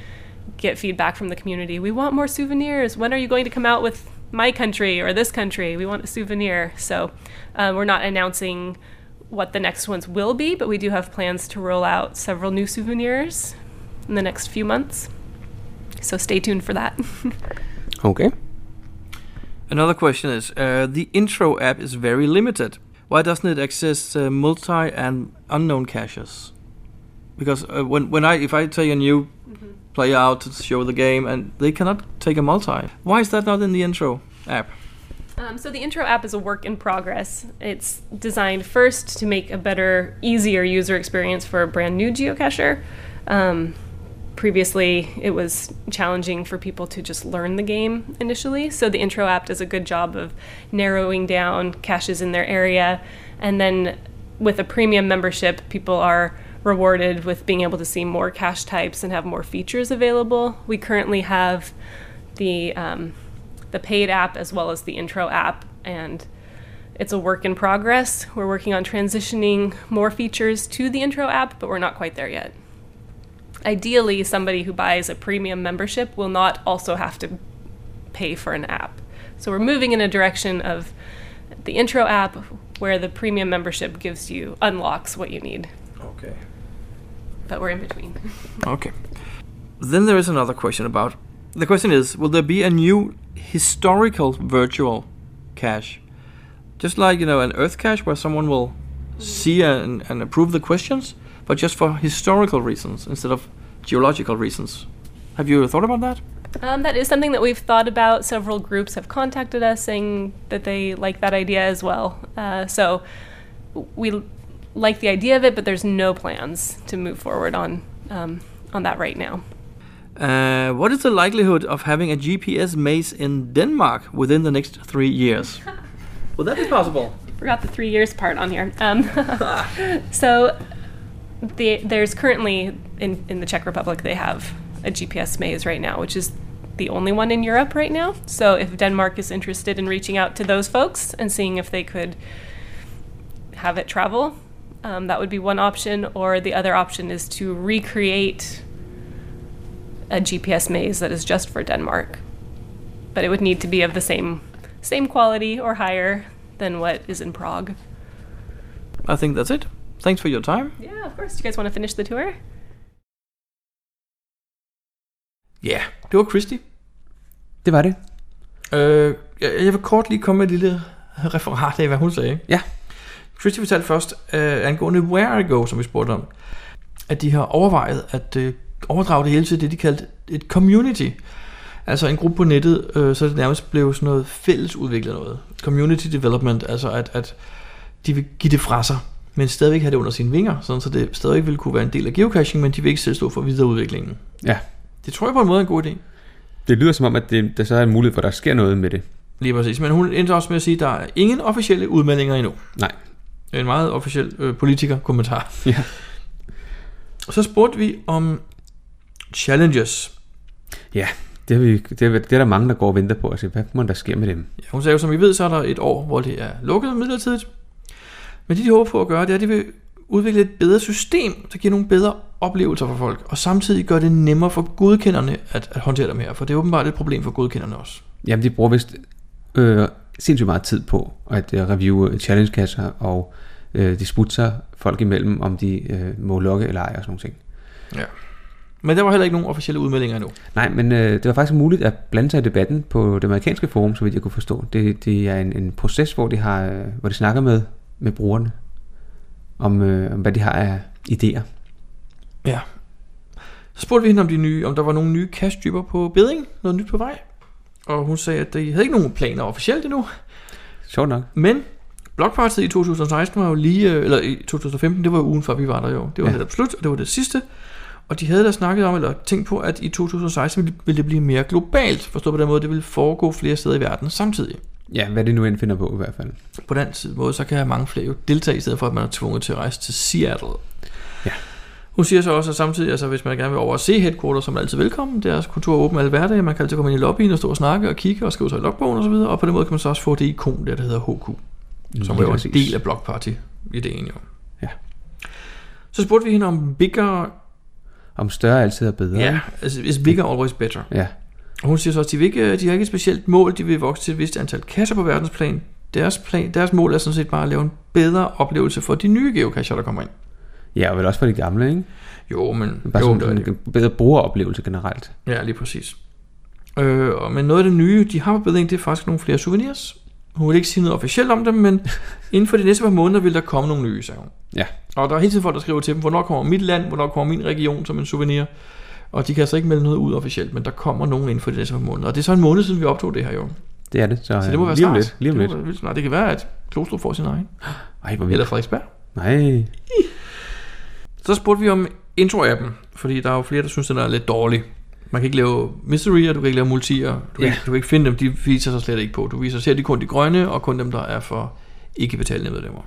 Speaker 12: get feedback from the community. We want more souvenirs. When are you going to come out with my country or this country? We want a souvenir. So um, we're not announcing what the next ones will be, but we do have plans to roll out several new souvenirs in the next few months. So stay tuned for that. [laughs]
Speaker 13: Okay.
Speaker 1: Another question is uh, the intro app is very limited. Why doesn't it access uh, multi and unknown caches? Because uh, when when I if I take a new player out to show the game and they cannot take a multi, why is that not in the intro app?
Speaker 12: Um, so the intro app is a work in progress. It's designed first to make a better, easier user experience for a brand new geocacher. Um, previously, it was challenging for people to just learn the game initially. So the intro app does a good job of narrowing down caches in their area, and then with a premium membership, people are rewarded with being able to see more cache types and have more features available. We currently have the um, the paid app as well as the intro app and it's a work in progress we're working on transitioning more features to the intro app but we're not quite there yet ideally somebody who buys a premium membership will not also have to pay for an app so we're moving in a direction of the intro app where the premium membership gives you unlocks what you need
Speaker 1: okay
Speaker 12: but we're in between
Speaker 1: Okay. Then there is another question about. The question is Will there be a new historical virtual cache? Just like, you know, an Earth cache where someone will see and, and approve the questions, but just for historical reasons instead of geological reasons. Have you thought about that?
Speaker 12: Um, that is something that we've thought about. Several groups have contacted us saying that they like that idea as well. Uh, so we l- like the idea of it, but there's no plans to move forward on um, on that right now.
Speaker 1: Uh, what is the likelihood of having a GPS maze in Denmark within the next three years? Will that be possible?
Speaker 12: Forgot the three years part on here. Um, [laughs] so the, there's currently in, in the Czech Republic they have a GPS maze right now, which is the only one in Europe right now. So if Denmark is interested in reaching out to those folks and seeing if they could have it travel, um, that would be one option. Or the other option is to recreate a GPS maze that is just for Denmark. But it would need to be of the same same quality or higher than what is in Prague.
Speaker 1: I think that's it. Thanks for your time.
Speaker 12: Yeah, of course. Do you guys want to finish the tour?
Speaker 1: Ja, yeah. det var Christy.
Speaker 2: Det var det.
Speaker 1: Øh, jeg jeg vil kort lige komme med et lille referat af, hvad hun sagde.
Speaker 2: Ja.
Speaker 1: Christy fortalte først øh, angående Where I Go, som vi spurgte om, at de har overvejet at øh, overdrage det hele til det, de kaldte et community. Altså en gruppe på nettet, øh, så det nærmest blev sådan noget fælles udviklet noget. Community development, altså at, at de vil give det fra sig, men stadigvæk have det under sine vinger, sådan så det stadigvæk ville kunne være en del af geocaching, men de vil ikke selv stå for videreudviklingen.
Speaker 2: Ja.
Speaker 1: Det tror jeg på en måde er en god idé.
Speaker 2: Det lyder som om, at det, der så er en mulighed for, at der sker noget med det.
Speaker 1: Lige præcis, men hun endte også med at sige, at der er ingen officielle udmeldinger endnu.
Speaker 2: Nej.
Speaker 1: En meget officiel øh, politikerkommentar.
Speaker 2: Ja.
Speaker 1: Så spurgte vi om challenges.
Speaker 2: Ja, det er, vi, det, er, det er der mange, der går og venter på. Altså, hvad må der sker med dem?
Speaker 1: Ja, hun sagde jo, som I ved, så er der et år, hvor det er lukket midlertidigt. Men det, de håber på at gøre, det er, at de vil udvikle et bedre system, der giver nogle bedre oplevelser for folk, og samtidig gør det nemmere for godkenderne at, at håndtere dem her, for det er åbenbart et problem for godkenderne også.
Speaker 2: Jamen, de bruger vist øh, sindssygt meget tid på at øh, reviewe challengekasser og øh, disputter folk imellem, om de øh, må lukke eller ej og sådan nogle ting.
Speaker 1: Ja. Men der var heller ikke nogen officielle udmeldinger endnu.
Speaker 2: Nej, men øh, det var faktisk muligt at blande sig i debatten på det amerikanske forum, så vidt jeg kunne forstå. Det, det er en, en proces, hvor de, har, øh, hvor de snakker med, med brugerne om, øh, om, hvad de har af idéer.
Speaker 1: Ja. Så spurgte vi hende om, de nye, om der var nogle nye cash-typer på beding, noget nyt på vej. Og hun sagde, at de havde ikke nogen planer officielt endnu,
Speaker 2: Sjovt nok.
Speaker 1: men blokpartiet i 2016 var jo lige, øh, eller i 2015, det var jo ugen før vi var der jo. Det var
Speaker 2: Ja.
Speaker 1: ja. netop slut, og det var det sidste. Og de havde da snakket om, eller tænkt på, at i 2016 ville, ville det blive mere globalt, forstået på den måde, det ville foregå flere steder i verden samtidig.
Speaker 2: Ja, hvad det nu end finder på i hvert fald.
Speaker 1: På den side- måde, så kan mange flere jo deltage, i stedet for at man er tvunget til at rejse til Seattle.
Speaker 2: Ja.
Speaker 1: Hun siger så også, at samtidig, altså hvis man gerne vil over og se headquarters, så er man altid velkommen. Deres kontor er åbent alle hverdage. Man kan altid komme ind i lobbyen og stå og snakke og kigge og skrive sig i logbogen osv. Og på den måde kan man så også få det ikon der, der hedder HQ som
Speaker 2: Lige
Speaker 1: var jo en
Speaker 2: præcis.
Speaker 1: del af Block Party-ideen jo.
Speaker 2: Ja.
Speaker 1: Så spurgte vi hende om bigger,
Speaker 2: Om større altid er bedre.
Speaker 1: ja, altså, is bigger always better.
Speaker 2: Ja.
Speaker 1: Og hun siger så også, at de, vil ikke, øh, de har ikke et specielt mål, de vil vokse til et vist antal kasser på verdensplan. Deres, plan, deres mål er sådan set bare at lave en bedre oplevelse for de nye geocacher, der kommer ind.
Speaker 2: Ja, og vel også for de gamle, ikke?
Speaker 1: Jo, men...
Speaker 2: Bare
Speaker 1: jo,
Speaker 2: jo,
Speaker 1: det er
Speaker 2: sådan
Speaker 1: det.
Speaker 2: en bedre brugeroplevelse generelt.
Speaker 1: Ja, lige præcis. Øh, og- men noget af det nye, de har på bedring, det er faktisk nogle flere souvenirs. Hun vil ikke sige noget officielt om dem,
Speaker 2: [laughs]
Speaker 1: men inden for de næste par måneder vil der komme nogle nye, sagde hun.
Speaker 2: Ja.
Speaker 1: Og der er hele tiden folk, der skriver til dem, hvornår kommer mit land, hvornår kommer min region som en souvenir. Og de kan altså ikke melde noget ud officielt, men der kommer nogen inden for de næste par måneder. Og det er så en måned siden, vi optog det her jo.
Speaker 2: Det er det. Så,
Speaker 1: Så
Speaker 2: øh,
Speaker 1: det må være
Speaker 2: lige om
Speaker 1: snart.
Speaker 2: lidt. Lige om
Speaker 1: det
Speaker 2: lidt.
Speaker 1: må være vildt snart. Det kan være, at Klostrup får sin egen.
Speaker 2: Ej, hvor vildt.
Speaker 1: Eller Frederiksberg.
Speaker 2: Nej.
Speaker 1: Så spurgte vi om intro-appen, fordi der er jo flere, der synes, den er lidt dårlig. Man kan ikke lave mystery, du kan ikke lave multier, du, kan
Speaker 2: Ja.
Speaker 1: ikke, du kan ikke finde dem, de viser sig slet ikke på. Du viser selv de kun de grønne, og kun dem, der er for ikke betalende medlemmer.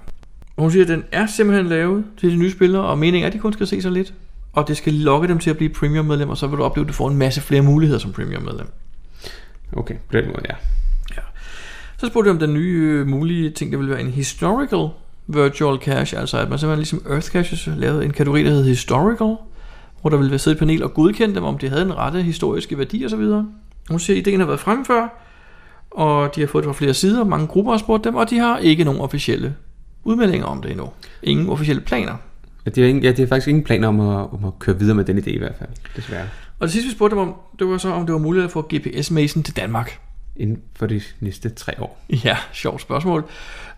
Speaker 1: Og hun siger, at den er simpelthen lavet til de nye spillere, og meningen er, at de kun skal se sig lidt. Og det skal lokke dem til at blive premium medlem, og så vil du opleve, at du får en masse flere muligheder som premium medlem.
Speaker 2: Okay, på den måde, ja.
Speaker 1: Så spurgte jeg om den nye øh, mulige ting, der ville være en historical virtual cache, altså at man simpelthen ligesom Earth Caches lavede en kategori, der hed historical, hvor der ville være siddet et panel og godkende dem, om de havde en rette historiske værdi osv. Hun siger, at ideen har været fremme før, og de har fået det fra flere sider, mange grupper har spurgt dem, og de har ikke nogen officielle udmeldinger om det endnu. Ingen officielle planer.
Speaker 2: Ja, det er, ingen, ja, det er faktisk ingen planer om at, om at køre videre med den idé i hvert fald, desværre.
Speaker 1: Og det sidste, vi spurgte dem om, det var så, om det var muligt at få GPS-masen til Danmark.
Speaker 2: Inden for de næste tre år.
Speaker 1: Ja, sjovt spørgsmål.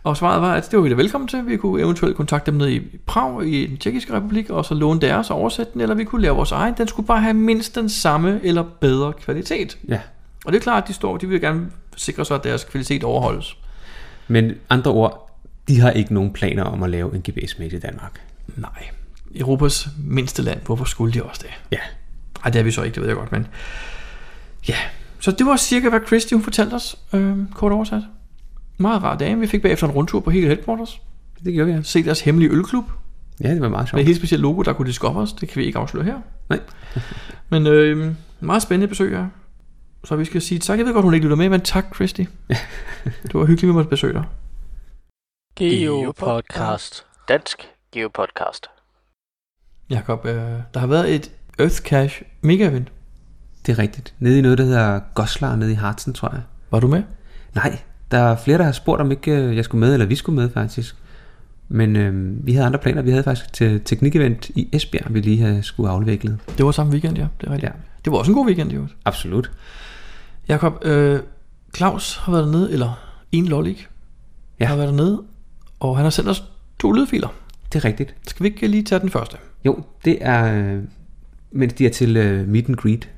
Speaker 1: Og svaret var, at det var vi da velkommen til. Vi kunne eventuelt kontakte dem nede i Prag i den tjekkiske republik, og så låne deres og oversætte den, eller vi kunne lave vores egen. Den skulle bare have mindst den samme eller bedre kvalitet.
Speaker 2: Ja.
Speaker 1: Og det er klart, at de står, de vil gerne sikre sig, at deres kvalitet overholdes.
Speaker 2: Men andre ord, de har ikke nogen planer om at lave en GPS-mate i Danmark.
Speaker 1: Nej. Europas mindste land, hvorfor skulle de også det?
Speaker 2: Ja.
Speaker 1: Nej, det er vi så ikke, det ved jeg godt, men... Ja, så det var cirka, hvad Christy hun fortalte os, øh, kort oversat. Meget rar dag. Vi fik bagefter en rundtur på hele headquarters.
Speaker 2: Det gjorde vi, ja.
Speaker 1: Se deres hemmelige ølklub.
Speaker 2: Ja, det var meget
Speaker 1: Med et
Speaker 2: sjovt.
Speaker 1: helt specielt logo, der kunne discover os. Det kan vi ikke afsløre her.
Speaker 2: Nej.
Speaker 1: [laughs] Men øh, meget spændende besøg her. Så vi skal sige tak. Jeg ved godt, hun ikke lytter med, men tak, [laughs] Christy. det var hyggeligt, vi måtte besøge dig.
Speaker 3: Geopodcast. Dansk Geopodcast.
Speaker 1: Jakob, øh, der har været et Earth Cash mega event.
Speaker 2: Det er rigtigt. Nede i noget, der hedder Goslar, nede i Harzen, tror jeg.
Speaker 1: Var du med?
Speaker 2: Nej, der er flere, der har spurgt, om ikke øh, jeg skulle med, eller vi skulle med faktisk. Men øh, vi havde andre planer. Vi havde faktisk til teknikevent i Esbjerg, vi lige havde skulle afviklet.
Speaker 1: Det var samme weekend, ja. Det var, ja. det var også en god weekend, jo.
Speaker 2: Absolut.
Speaker 1: Jakob, øh, Claus har været dernede, eller en lollik ja. har været dernede, og han har sendt os to lydfiler.
Speaker 2: Det er rigtigt.
Speaker 1: Skal vi ikke lige tage den første?
Speaker 2: Jo, det er, øh, mens de er til øh, meet and greet.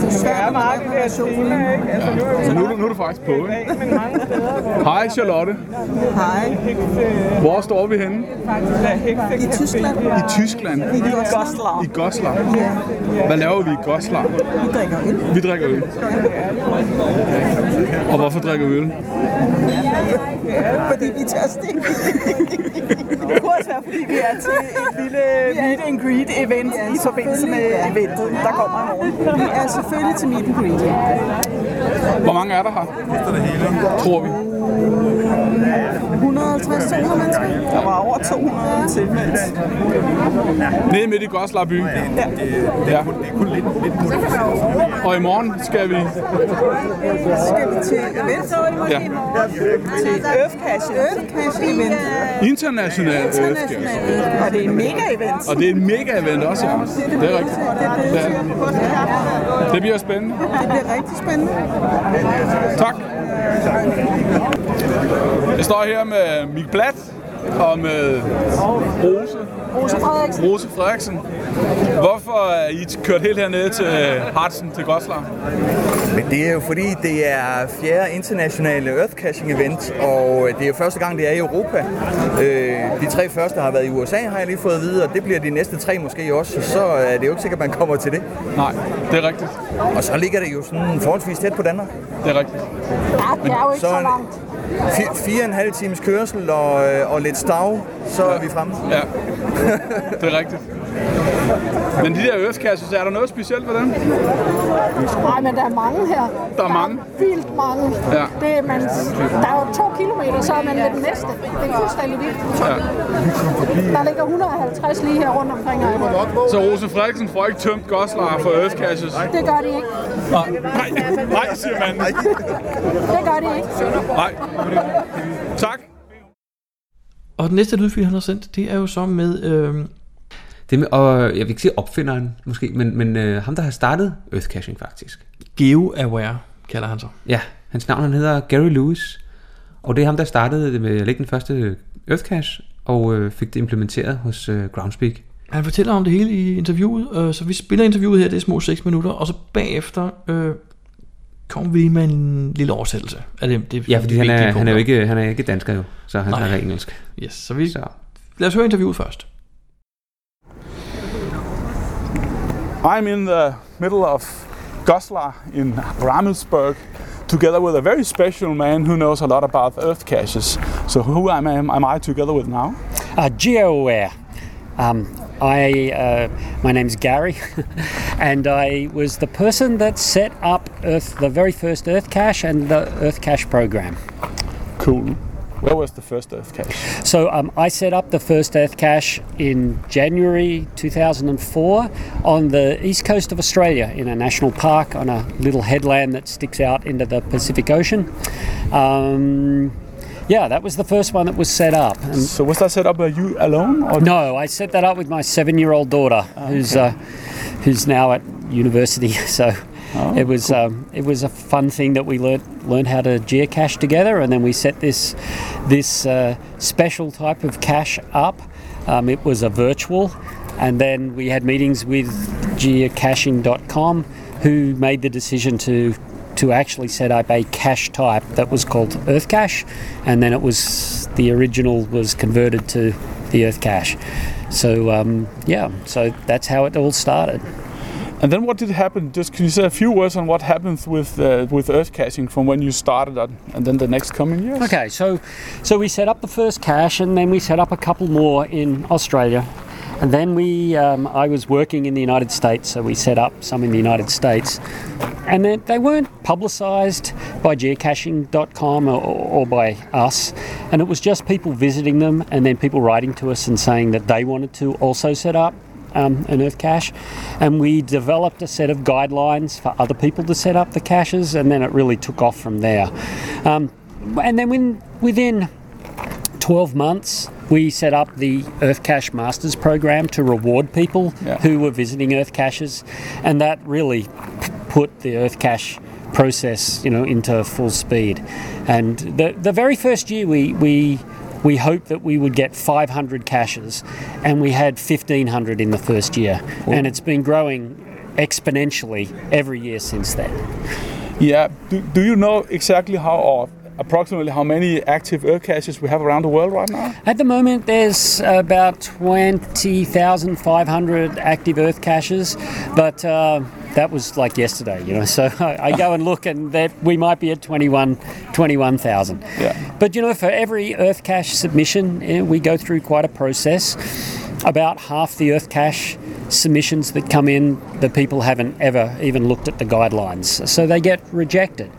Speaker 14: Det er meget det der tema, ikke? Altså, nu er
Speaker 15: Så nu, er du- nu er du faktisk på, ikke?
Speaker 14: men mange steder, hvor
Speaker 15: Hej Charlotte.
Speaker 14: Hej.
Speaker 15: Hvor står vi henne?
Speaker 14: faktisk er hekse I Tyskland.
Speaker 15: I Tyskland.
Speaker 14: I Goslar.
Speaker 15: I Goslar. Hvad laver vi i Goslar? Vi drikker øl. Vi drikker øl. Og hvorfor drikker vi øl?
Speaker 14: Fordi vi er tørstige. det kunne også være, fordi vi er til et lille meet and greet event i forbindelse med eventet, der kommer i morgen. Vi er selvfølgelig til meet and greet.
Speaker 15: Hvor mange er der her? Tror vi.
Speaker 14: 150 200 mennesker. Der var over 200 tilmeldt.
Speaker 15: Nede midt i Goslar by. Ja. ja. Og i morgen skal vi...
Speaker 14: Skal vi til event?
Speaker 15: Ja.
Speaker 14: Til Earthcash. Earthcash event.
Speaker 15: International International.
Speaker 14: Og det er mega event.
Speaker 15: Og det er et mega event også. Ja. Det er rigtigt. Det, er det. det bliver spændende.
Speaker 14: Det bliver rigtig spændende.
Speaker 15: Tak. Jeg står her med Mik Blatt og med Rose.
Speaker 14: Rose Frederiksen.
Speaker 15: Rose Frederiksen. Hvorfor er I kørt helt hernede til Hartsen til Goslar?
Speaker 16: Men det er jo fordi, det er fjerde internationale Earthcaching event, og det er jo første gang, det er i Europa. Øh, de tre første har været i USA, har jeg lige fået at vide, og det bliver de næste tre måske også, så er det jo ikke sikkert, man kommer til det.
Speaker 15: Nej, det er rigtigt.
Speaker 16: Og så ligger det jo sådan forholdsvis tæt på Danmark.
Speaker 15: Det er rigtigt.
Speaker 16: Ja, det er jo ikke så, langt. Fire, fire og en halv times kørsel og, øh, og lidt stav, så er vi fremme.
Speaker 15: Ja, det er rigtigt. Men de der ørestkasser, er der noget specielt ved dem?
Speaker 17: Nej, men der er mange her.
Speaker 15: Der er mange.
Speaker 17: Vildt mange.
Speaker 15: Ja.
Speaker 17: Det er, man, der er jo to kilometer, så er man ved den næste. Det er fuldstændig vildt.
Speaker 15: Ja.
Speaker 17: Der ligger 150 lige her rundt omkring. og jeg ved-
Speaker 15: Så Rose Frederiksen får ikke tømt Goslar for ørestkasser?
Speaker 17: Det gør de ikke.
Speaker 15: Nej, nej, siger man.
Speaker 17: Det gør de ikke.
Speaker 15: Nej. Tak.
Speaker 1: Og den næste lydfil, han har sendt, det er jo så med... Øh,
Speaker 2: Det med, og jeg vil ikke sige opfinderen måske, men, men øh, ham, der har startet Earthcaching faktisk.
Speaker 1: GeoAware kalder han sig.
Speaker 2: Ja, hans navn han hedder Gary Lewis, og det er ham, der startede det med at lægge den første Earthcache, og øh, fik det implementeret hos øh, Groundspeak.
Speaker 1: Han fortæller om det hele i interviewet, øh, så vi spiller interviewet her, det er små 6 minutter, og så bagefter øh, kommer vi med en lille oversættelse af det. det
Speaker 2: Ja, fordi
Speaker 1: de
Speaker 2: han
Speaker 1: vigtige
Speaker 2: er, han er
Speaker 1: punkter.
Speaker 2: jo ikke, han er ikke dansker jo, så han
Speaker 1: Nej.
Speaker 2: snakker engelsk.
Speaker 1: Yes, så vi...
Speaker 2: Så.
Speaker 1: Lad os høre interviewet først.
Speaker 15: I'm in the middle of Goslar in Ramelsburg, together with a very special man who knows a lot about earth caches. So who am I, am I together with now?
Speaker 18: Uh, GeoAware. Um, I, uh, my name's Gary, and I was the person that set up Earth, the very first Earth Cache and the Earth Cache program.
Speaker 15: Cool. Where was the first earth cache?
Speaker 18: So um, I set up the first Earth Cache in January 2004 on the east coast of Australia in a national park on a little headland that sticks out into the Pacific Ocean. Um, yeah, that was the first one that was set up. And
Speaker 15: so was that set up by you alone? Or Ah,
Speaker 18: no, I set that up with my seven-year-old daughter, who's uh, who's now at university. [laughs] So
Speaker 15: Oh,
Speaker 18: it was um, it was a fun thing that we learned learned how to geocache together, and then we set this this uh, special type of cache up. Um, it was a virtual, and then we had meetings with geocaching.com, who made the decision to. To actually set up a cache type that was called Earth Cache, and then it was the original was converted to the Earth Cache. So um, yeah, so that's how it all started.
Speaker 15: And then what did happen? Just can you say a few words on what happened with uh, with earth caching from when you started on, and then the next coming years?
Speaker 18: Okay, so so we set up the first cache, and then we set up a couple more in Australia, and then we um, I was working in the United States, so we set up some in the United States, and then they weren't publicised by geocaching.com or, or by us, and it was just people visiting them, and then people writing to us and saying that they wanted to also set up um, an Earth cache, and we developed a set of guidelines for other people to set up the caches, and then it really took off from there. Um, and then when, within 12 months, we set up the Earth Cache Masters program to reward people who were visiting Earth caches, and that really p- put the Earth Cache process, you know, into full speed. And the the very first year, we we we hoped that we would get 500 caches, and we had 1,500 in the first year, and it's been growing exponentially every year since then.
Speaker 15: Yeah. Do, do you know exactly how or approximately how many active Earth caches we have around the world right now?
Speaker 18: At the moment, there's about 20,500 active Earth caches, but uh, that was like yesterday, you know. [laughs] So I, I go and look, and that we might be at 21 21,000.
Speaker 15: yeah.
Speaker 18: But you know, for every Earth cache submission, eh, we go through quite a process. About half the Earth cache submissions that come in, the people haven't ever even looked at the guidelines, so they get rejected.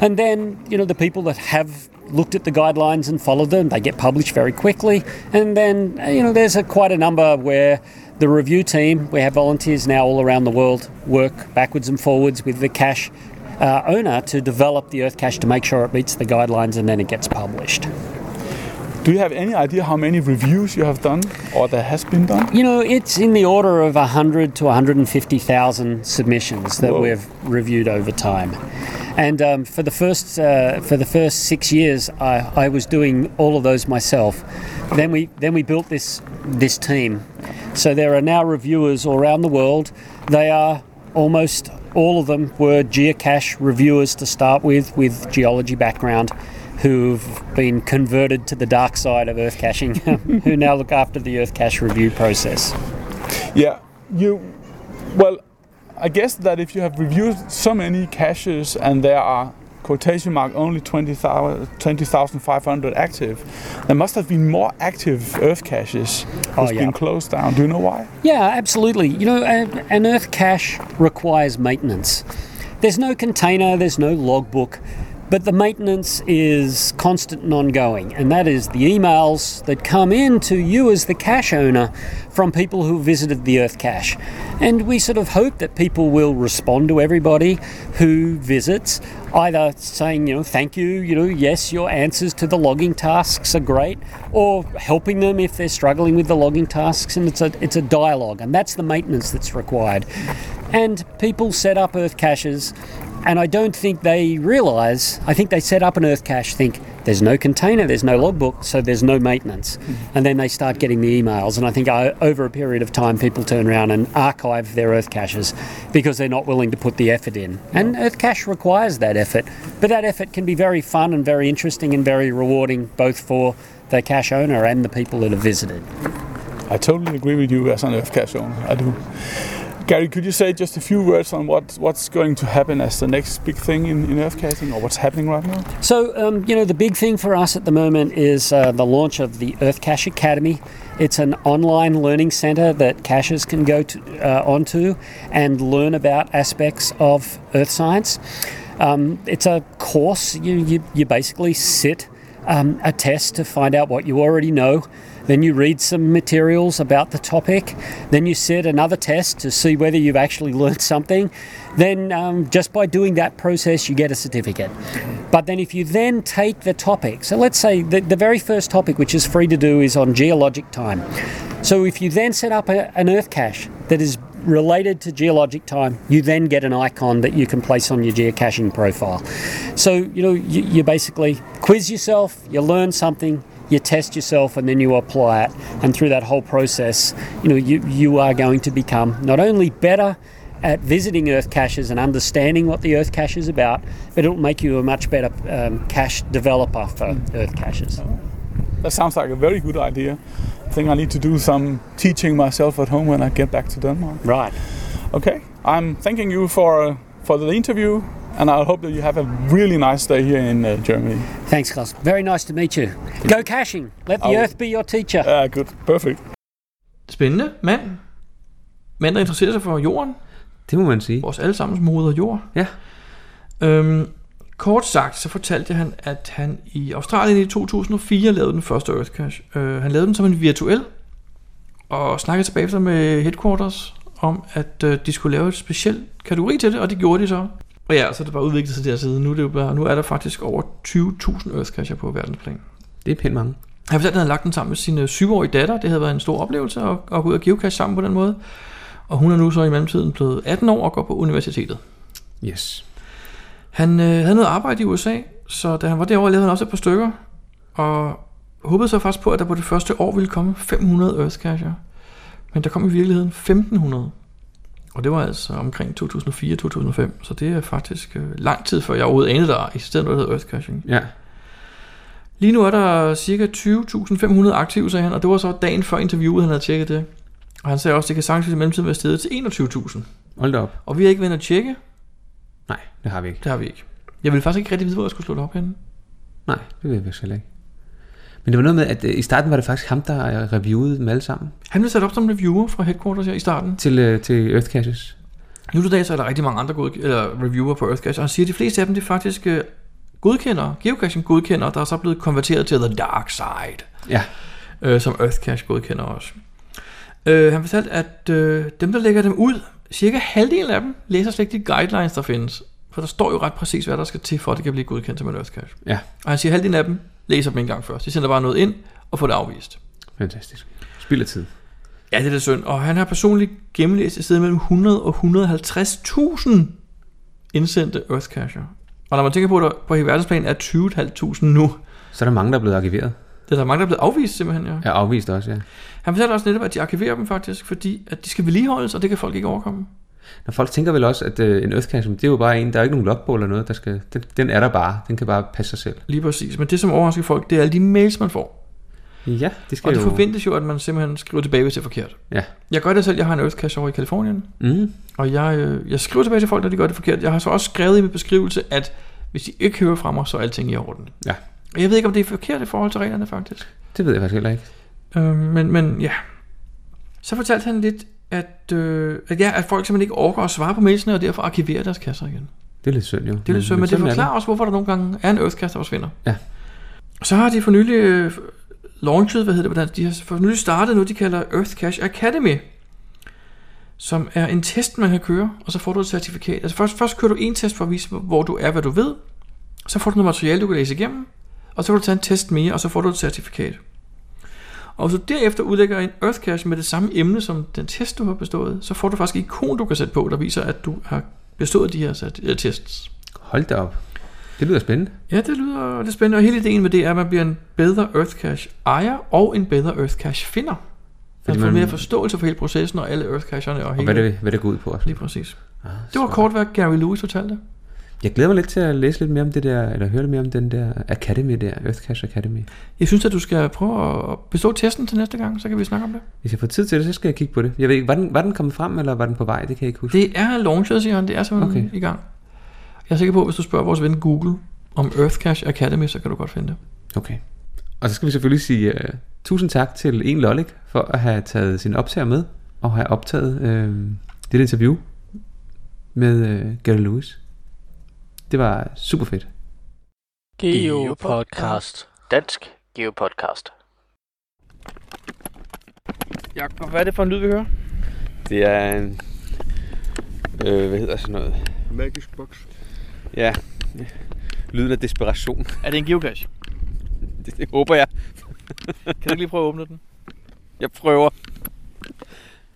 Speaker 18: And then, you know, the people that have looked at the guidelines and followed them, they get published very quickly. And then, eh, you know, there's a, quite a number where the review team, we have volunteers now all around the world, work backwards and forwards with the cache uh, owner to develop the Earth cache to make sure it meets the guidelines and then it gets published.
Speaker 15: Do you have any idea how many reviews you have done or there has been done?
Speaker 18: You know, it's in the order of 100 to 150,000 submissions that we've reviewed over time. And um, for the first uh, for the first six years, I, I was doing all of those myself. Then we then we built this this team. So there are now reviewers all around the world. They are almost all of them were geocache reviewers to start with, with geology background, who've been converted to the dark side of earth caching, [laughs] who now look after the earth cache review process.
Speaker 15: Yeah, you. Well, I guess that if you have reviewed so many caches and there are quotation mark only 20,000 20,500 active, there must have been more active Earth caches
Speaker 18: Oh,
Speaker 15: that's
Speaker 18: yeah.
Speaker 15: been closed down. Do you know why?
Speaker 18: Yeah, absolutely. You know, a- an Earth cache requires maintenance. There's no container, there's no logbook, but the maintenance is constant and ongoing, and that is the emails that come in to you as the cache owner from people who visited the Earth cache. And we sort of hope that people will respond to everybody who visits, either saying, you know, thank you, you know, yes, your answers to the logging tasks are great, or helping them if they're struggling with the logging tasks. And it's a, it's a dialogue, and that's the maintenance that's required. And people set up Earth caches, and I don't think they realize, I think they set up an Earth cache, think, there's no container, there's no logbook, so there's no maintenance. And then they start getting the emails. And I think uh, over a period of time, people turn around and archive their Earth caches because they're not willing to put the effort in. And Earth cache requires that effort. But that effort can be very fun and very interesting and very rewarding, both for the cache owner and the people that have visited.
Speaker 15: I totally agree with you as an Earth cache owner. I do. Gary, could you say just a few words on what, what's going to happen as the next big thing in, in Earth caching or what's happening right now?
Speaker 18: So, um, you know, the big thing for us at the moment is uh, the launch of the Earth Cache Academy. It's an online learning center that caches can go to, uh, onto and learn about aspects of Earth science. Um, it's a course, you, you, you basically sit um, a test to find out what you already know. Then you read some materials about the topic. Then you set another test to see whether you've actually [laughs] learned something. Then, um, just by doing that process, you get a certificate. But then, if you then take the topic, so let's say the, the very first topic, which is free to do, is on geologic time. So, if you then set up a, an Earth cache that is related to geologic time, you then get an icon that you can place on your geocaching profile. So, you know, you, you basically quiz yourself, you learn something, you test yourself, and then you apply it. And through that whole process, you know, you, you are going to become not only better at Uh, visiting Earth caches and understanding what the Earth cache is about, but it'll make you a much better um, cache developer for Earth caches.
Speaker 15: Hmm. Oh. That sounds like a very good idea. I think I need to do some teaching myself at home when I get back to Denmark.
Speaker 18: Right.
Speaker 15: Okay. I'm thanking you for uh, for the interview, and I hope that you have a really nice day here in uh, Germany.
Speaker 18: Thanks, Klaus. Very nice to meet you. Go caching. Let the
Speaker 15: Oh.
Speaker 18: Earth be your teacher.
Speaker 15: Ah, good. Perfect.
Speaker 1: Spændende mand. Mand, der interesserer sig for jorden.
Speaker 2: Det må man sige.
Speaker 1: Vores allesammens moder jord.
Speaker 2: Ja.
Speaker 1: Øhm, kort sagt, så fortalte han, at han i Australien i 2004 lavede den første Earthcache. Øh, han lavede den som en virtuel og snakkede tilbage efter med headquarters om, at øh, de skulle lave et speciel kategori til det, og det gjorde de så. Og ja, så er det bare udviklet sig der side. Nu er, det jo bare, nu er der faktisk over 20.000 Earthcatcher på verdensplan.
Speaker 2: Det er pænt mange.
Speaker 1: Han fortalte, at han havde lagt den sammen med sin øh, syvårige datter. Det havde været en stor oplevelse at, at gå ud og geocache sammen på den måde. Og hun er nu så i mellemtiden blevet 18 år og går på universitetet.
Speaker 2: Yes.
Speaker 1: Han øh, havde noget arbejde i USA, så da han var derovre, lavede han også et par stykker. Og håbede så faktisk på, at der på det første år ville komme 500 Earthcatcher. Men der kom i virkeligheden 1500. Og det var altså omkring 2004-2005, så det er faktisk øh, lang tid før jeg overhovedet anede, der eksisterede noget, der hedder Earthcaching.
Speaker 2: Ja.
Speaker 1: Lige nu er der cirka 20.500 aktive, sagde han, og det var så dagen før interviewet, han havde tjekket det. Og han sagde også, at det kan sagtens i mellemtiden være steget til 21.000.
Speaker 2: Hold da op.
Speaker 1: Og vi har ikke været inde at tjekke.
Speaker 2: Nej, det har vi ikke.
Speaker 1: Det har vi ikke. Jeg ville faktisk ikke rigtig vide, hvor jeg skulle slå det op henne.
Speaker 2: Nej, det ved jeg faktisk heller ikke. Men det var noget med, at øh, i starten var det faktisk ham, der øh, reviewede dem alle sammen.
Speaker 1: Han blev sat op som reviewer fra headquarters her i starten.
Speaker 2: Til, øh, til Earthcaches.
Speaker 1: Nu til dags er der rigtig mange andre gode, eller reviewer på Earthcache, og han siger, at de fleste af dem, det er faktisk øh, godkendere, geocaching godkendere, der er så blevet konverteret til The Dark Side.
Speaker 2: Ja.
Speaker 1: Øh, som Earthcache godkender også. Øh, han fortalte, at øh, dem, der lægger dem ud, cirka halvdelen af dem læser slet ikke de guidelines, der findes. For der står jo ret præcis, hvad der skal til, for at det kan blive godkendt som en Earthcache.
Speaker 2: Ja.
Speaker 1: Og han siger, at halvdelen af dem læser dem en gang først. De sender bare noget ind og får det afvist.
Speaker 2: Fantastisk. Spild af tid.
Speaker 1: Ja, det er da synd. Og han har personligt gennemlæst et sted mellem 100 og 150.000 indsendte Earthcacher. Og når man tænker på, at der på hele verdensplan er 20.500 nu,
Speaker 2: Så er der mange, der er blevet arkiveret.
Speaker 1: det er der mange, der er blevet afvist simpelthen, ja.
Speaker 2: Ja, afvist også, ja.
Speaker 1: Han fortæller også netop, at de arkiverer dem faktisk, fordi at de skal vedligeholdes, og det kan folk ikke overkomme.
Speaker 2: Når folk tænker vel også, at øh, en Earthcache, det er jo bare en, der er ikke nogen logbog eller noget, der skal, den, den er der bare. Den kan bare passe sig selv.
Speaker 1: Lige præcis. Men det, som overrasker folk, det er alle de mails, man får.
Speaker 2: Ja, det skal
Speaker 1: og det
Speaker 2: jo...
Speaker 1: forventes jo, at man simpelthen skriver tilbage, hvis det er forkert.
Speaker 2: Ja.
Speaker 1: Jeg gør det selv. Jeg har en Earthcache over i Kalifornien.
Speaker 2: Mhm.
Speaker 1: Og jeg, øh, jeg skriver tilbage til folk, når de gør det forkert. Jeg har så også skrevet i min beskrivelse, at hvis de ikke hører fra mig, så er alting i orden.
Speaker 2: Ja.
Speaker 1: Og jeg ved ikke, om det er forkert i forhold til reglerne, faktisk.
Speaker 2: Det ved jeg faktisk heller ikke.
Speaker 1: Øh, men, men ja. Så fortalte han lidt, at, øh, at, ja, at folk simpelthen ikke orker at svare på mailsene, og derfor arkiverer deres kasser igen.
Speaker 2: Det er lidt synd jo.
Speaker 1: Det er lidt sødt, men det
Speaker 2: sådan er
Speaker 1: forklarer også, hvorfor der nogle gange er en Earthcast, der forsvinder.
Speaker 2: Ja.
Speaker 1: Så har de for nylig øh, launchet, hvad hedder det, på dansk, de har for nylig startet noget, de kalder Earth Cash Academy, som er en test, man kan køre, og så får du et certifikat. Altså først, først kører du en test for at vise, hvor du er, hvad du ved, så får du noget materiale, du kan læse igennem, og så kan du tage en test mere, og så får du et certifikat. Og hvis du derefter udlægger en Earth Cache med det samme emne som den test, du har bestået, så får du faktisk et ikon, du kan sætte på, der viser, at du har bestået de her sat- øh, tests.
Speaker 2: Hold da op. Det lyder spændende.
Speaker 1: Ja, det lyder lidt spændende, og hele ideen med det er, at man bliver en bedre Earthcache ejer og en bedre Earthcache finder.
Speaker 2: Fordi
Speaker 1: Man får
Speaker 2: man-
Speaker 1: mere forståelse for hele processen og alle Earthcacherne og
Speaker 2: Og
Speaker 1: hele...
Speaker 2: hvad det, hvad det går ud på også. Lige
Speaker 1: præcis.
Speaker 2: Ah,
Speaker 1: det var kort, hvad Gary Lewis fortalte.
Speaker 2: jeg glæder mig lidt til at læse lidt mere om det der, eller høre lidt mere om den der Academy der, Earthcache Academy.
Speaker 1: Jeg synes, at du skal prøve at bestå testen til næste gang, så kan vi snakke om det.
Speaker 2: Hvis jeg får tid til det, så skal jeg kigge på det. Jeg ved ikke, var den, var den kommet frem, eller var den på vej? Det kan jeg ikke huske.
Speaker 1: Det er launchet, siger han. Det er simpelthen
Speaker 2: Okay.
Speaker 1: okay. i gang. Jeg er sikker på, at hvis du spørger vores ven Google om Earthcache Academy, så kan du godt finde det.
Speaker 2: Okay. Og så skal vi selvfølgelig sige uh, tusind tak til En Lollik for at have taget sin optager med, og have optaget uh, det interview med uh, Gary Lewis. Det var super fedt.
Speaker 3: Geo Podcast. Dansk Geo Podcast.
Speaker 5: Jakob, hvad er det for en lyd, vi hører?
Speaker 2: Det er en... Øh, hvad hedder sådan noget?
Speaker 8: Magisk boks.
Speaker 2: Ja, lyden af desperation.
Speaker 5: Er det en geocache?
Speaker 2: Det, det håber jeg.
Speaker 5: kan du ikke lige prøve at åbne den?
Speaker 2: Jeg prøver.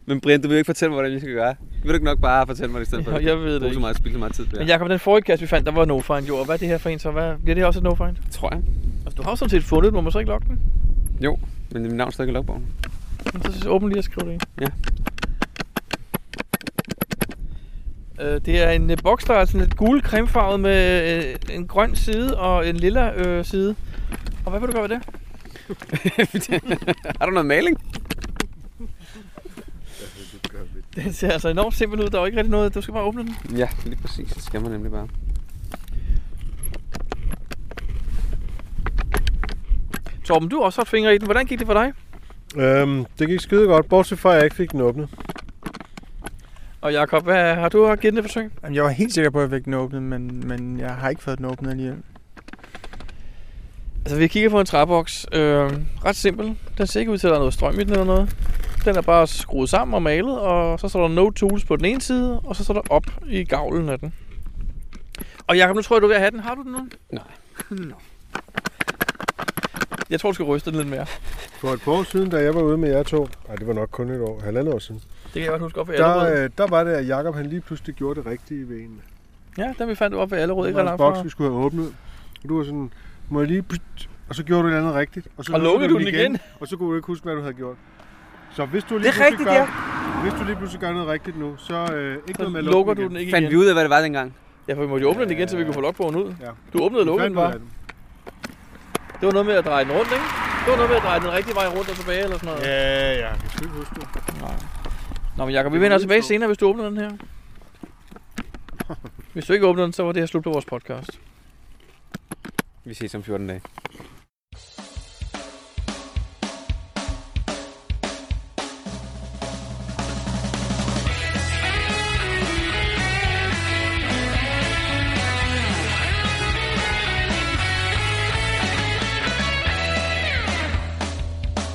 Speaker 2: Men Brian, du vil jo ikke fortælle mig, hvordan jeg skal gøre. Vil du ikke nok bare fortælle mig det i stedet for?
Speaker 5: Jo,
Speaker 2: at
Speaker 5: [laughs] jeg ved det
Speaker 2: bruge
Speaker 5: ikke.
Speaker 2: Så meget, spilde så meget tid på det
Speaker 5: Men
Speaker 2: her?
Speaker 5: Jakob, den forrige kasse, vi fandt, der var no find jo. Og hvad er det her for en, så hvad, bliver det også et no find?
Speaker 2: Tror jeg.
Speaker 5: Altså, du har jo sådan set fundet den, må man så ikke logge den?
Speaker 2: Jo, men mit navn står ikke i logbogen.
Speaker 5: Men så åbn lige og skriv det ind.
Speaker 2: Ja.
Speaker 5: Øh, det er en øh, boks, der er sådan lidt gul cremefarvet med øh, en grøn side og en lilla øh, side. Og hvad vil du gøre ved [laughs] det?
Speaker 2: [laughs] Har du noget maling?
Speaker 5: Den ser altså enormt simpel ud. Der er jo ikke rigtig noget. Du skal bare åbne den.
Speaker 2: Ja, lige præcis. Det skal man nemlig bare.
Speaker 5: Torben, du har også haft fingre i den. Hvordan gik det for dig?
Speaker 8: Øhm, det gik skide godt, bortset fra, at jeg ikke fik den åbnet.
Speaker 5: Og Jakob, hvad har du givet den et forsøg?
Speaker 10: Jamen, jeg var helt sikker på, at jeg fik den åbnet, men, men jeg har ikke fået den åbnet alligevel.
Speaker 5: Altså, vi kigger på en træboks. Øh, ret simpel. Den ser ikke ud til, at der er noget strøm i den eller noget.
Speaker 1: Den er bare skruet sammen og malet, og så står der no tools på den ene side, og så står der op i gavlen af den. Og Jacob, nu tror jeg, du er ved at have den. Har du den nu?
Speaker 2: Nej.
Speaker 1: [laughs] Nå. Jeg tror, du skal ryste den lidt mere.
Speaker 8: For et par år siden, da jeg var ude med jer to, nej, det var nok kun et år, halvandet år siden,
Speaker 1: Det kan jeg godt huske op ved
Speaker 8: der,
Speaker 1: Allerød.
Speaker 8: øh, der var det, at Jacob han lige pludselig gjorde det rigtige ved en.
Speaker 1: Ja, den vi fandt op ved Allerød.
Speaker 8: Det
Speaker 1: Ikke
Speaker 8: var
Speaker 1: ret
Speaker 8: en
Speaker 1: langt
Speaker 8: boks,
Speaker 1: fra.
Speaker 8: vi skulle have åbnet. Og du var sådan, må jeg lige... pst?" Og så gjorde du et eller andet rigtigt. så
Speaker 1: Og lukkede du den igen.
Speaker 8: Og så kunne du ikke huske, hvad du havde gjort. Så hvis du
Speaker 1: Det
Speaker 8: lige
Speaker 1: er
Speaker 8: pludselig
Speaker 1: rigtigt,
Speaker 8: gør,
Speaker 1: ja.
Speaker 8: hvis du lige pludselig gør noget rigtigt nu, så øh, ikke
Speaker 1: Så
Speaker 8: noget med at lukke
Speaker 1: lukker
Speaker 8: den
Speaker 1: du
Speaker 8: igen.
Speaker 1: den ikke
Speaker 2: Fandt
Speaker 1: igen.
Speaker 2: vi ud af, hvad det var dengang?
Speaker 1: Ja, for vi måtte jo åbne den igen, så vi kunne få logbogen ud.
Speaker 8: Ja.
Speaker 1: Du åbnede og
Speaker 8: Vi
Speaker 1: lukkede
Speaker 8: fandt
Speaker 1: den
Speaker 8: ud
Speaker 1: bare.
Speaker 8: af den.
Speaker 1: Det var noget med at dreje den rundt, ikke? Det var noget med at dreje den rigtige vej rundt og tilbage eller sådan noget.
Speaker 8: Ja, ja, jeg kan sgu ikke huske det.
Speaker 1: Nej. Nå, men Jacob, vi vender tilbage senere, hvis du åbner den her. Hvis du ikke åbner den, så var det her slut på vores podcast.
Speaker 2: Vi ses om 14 dage.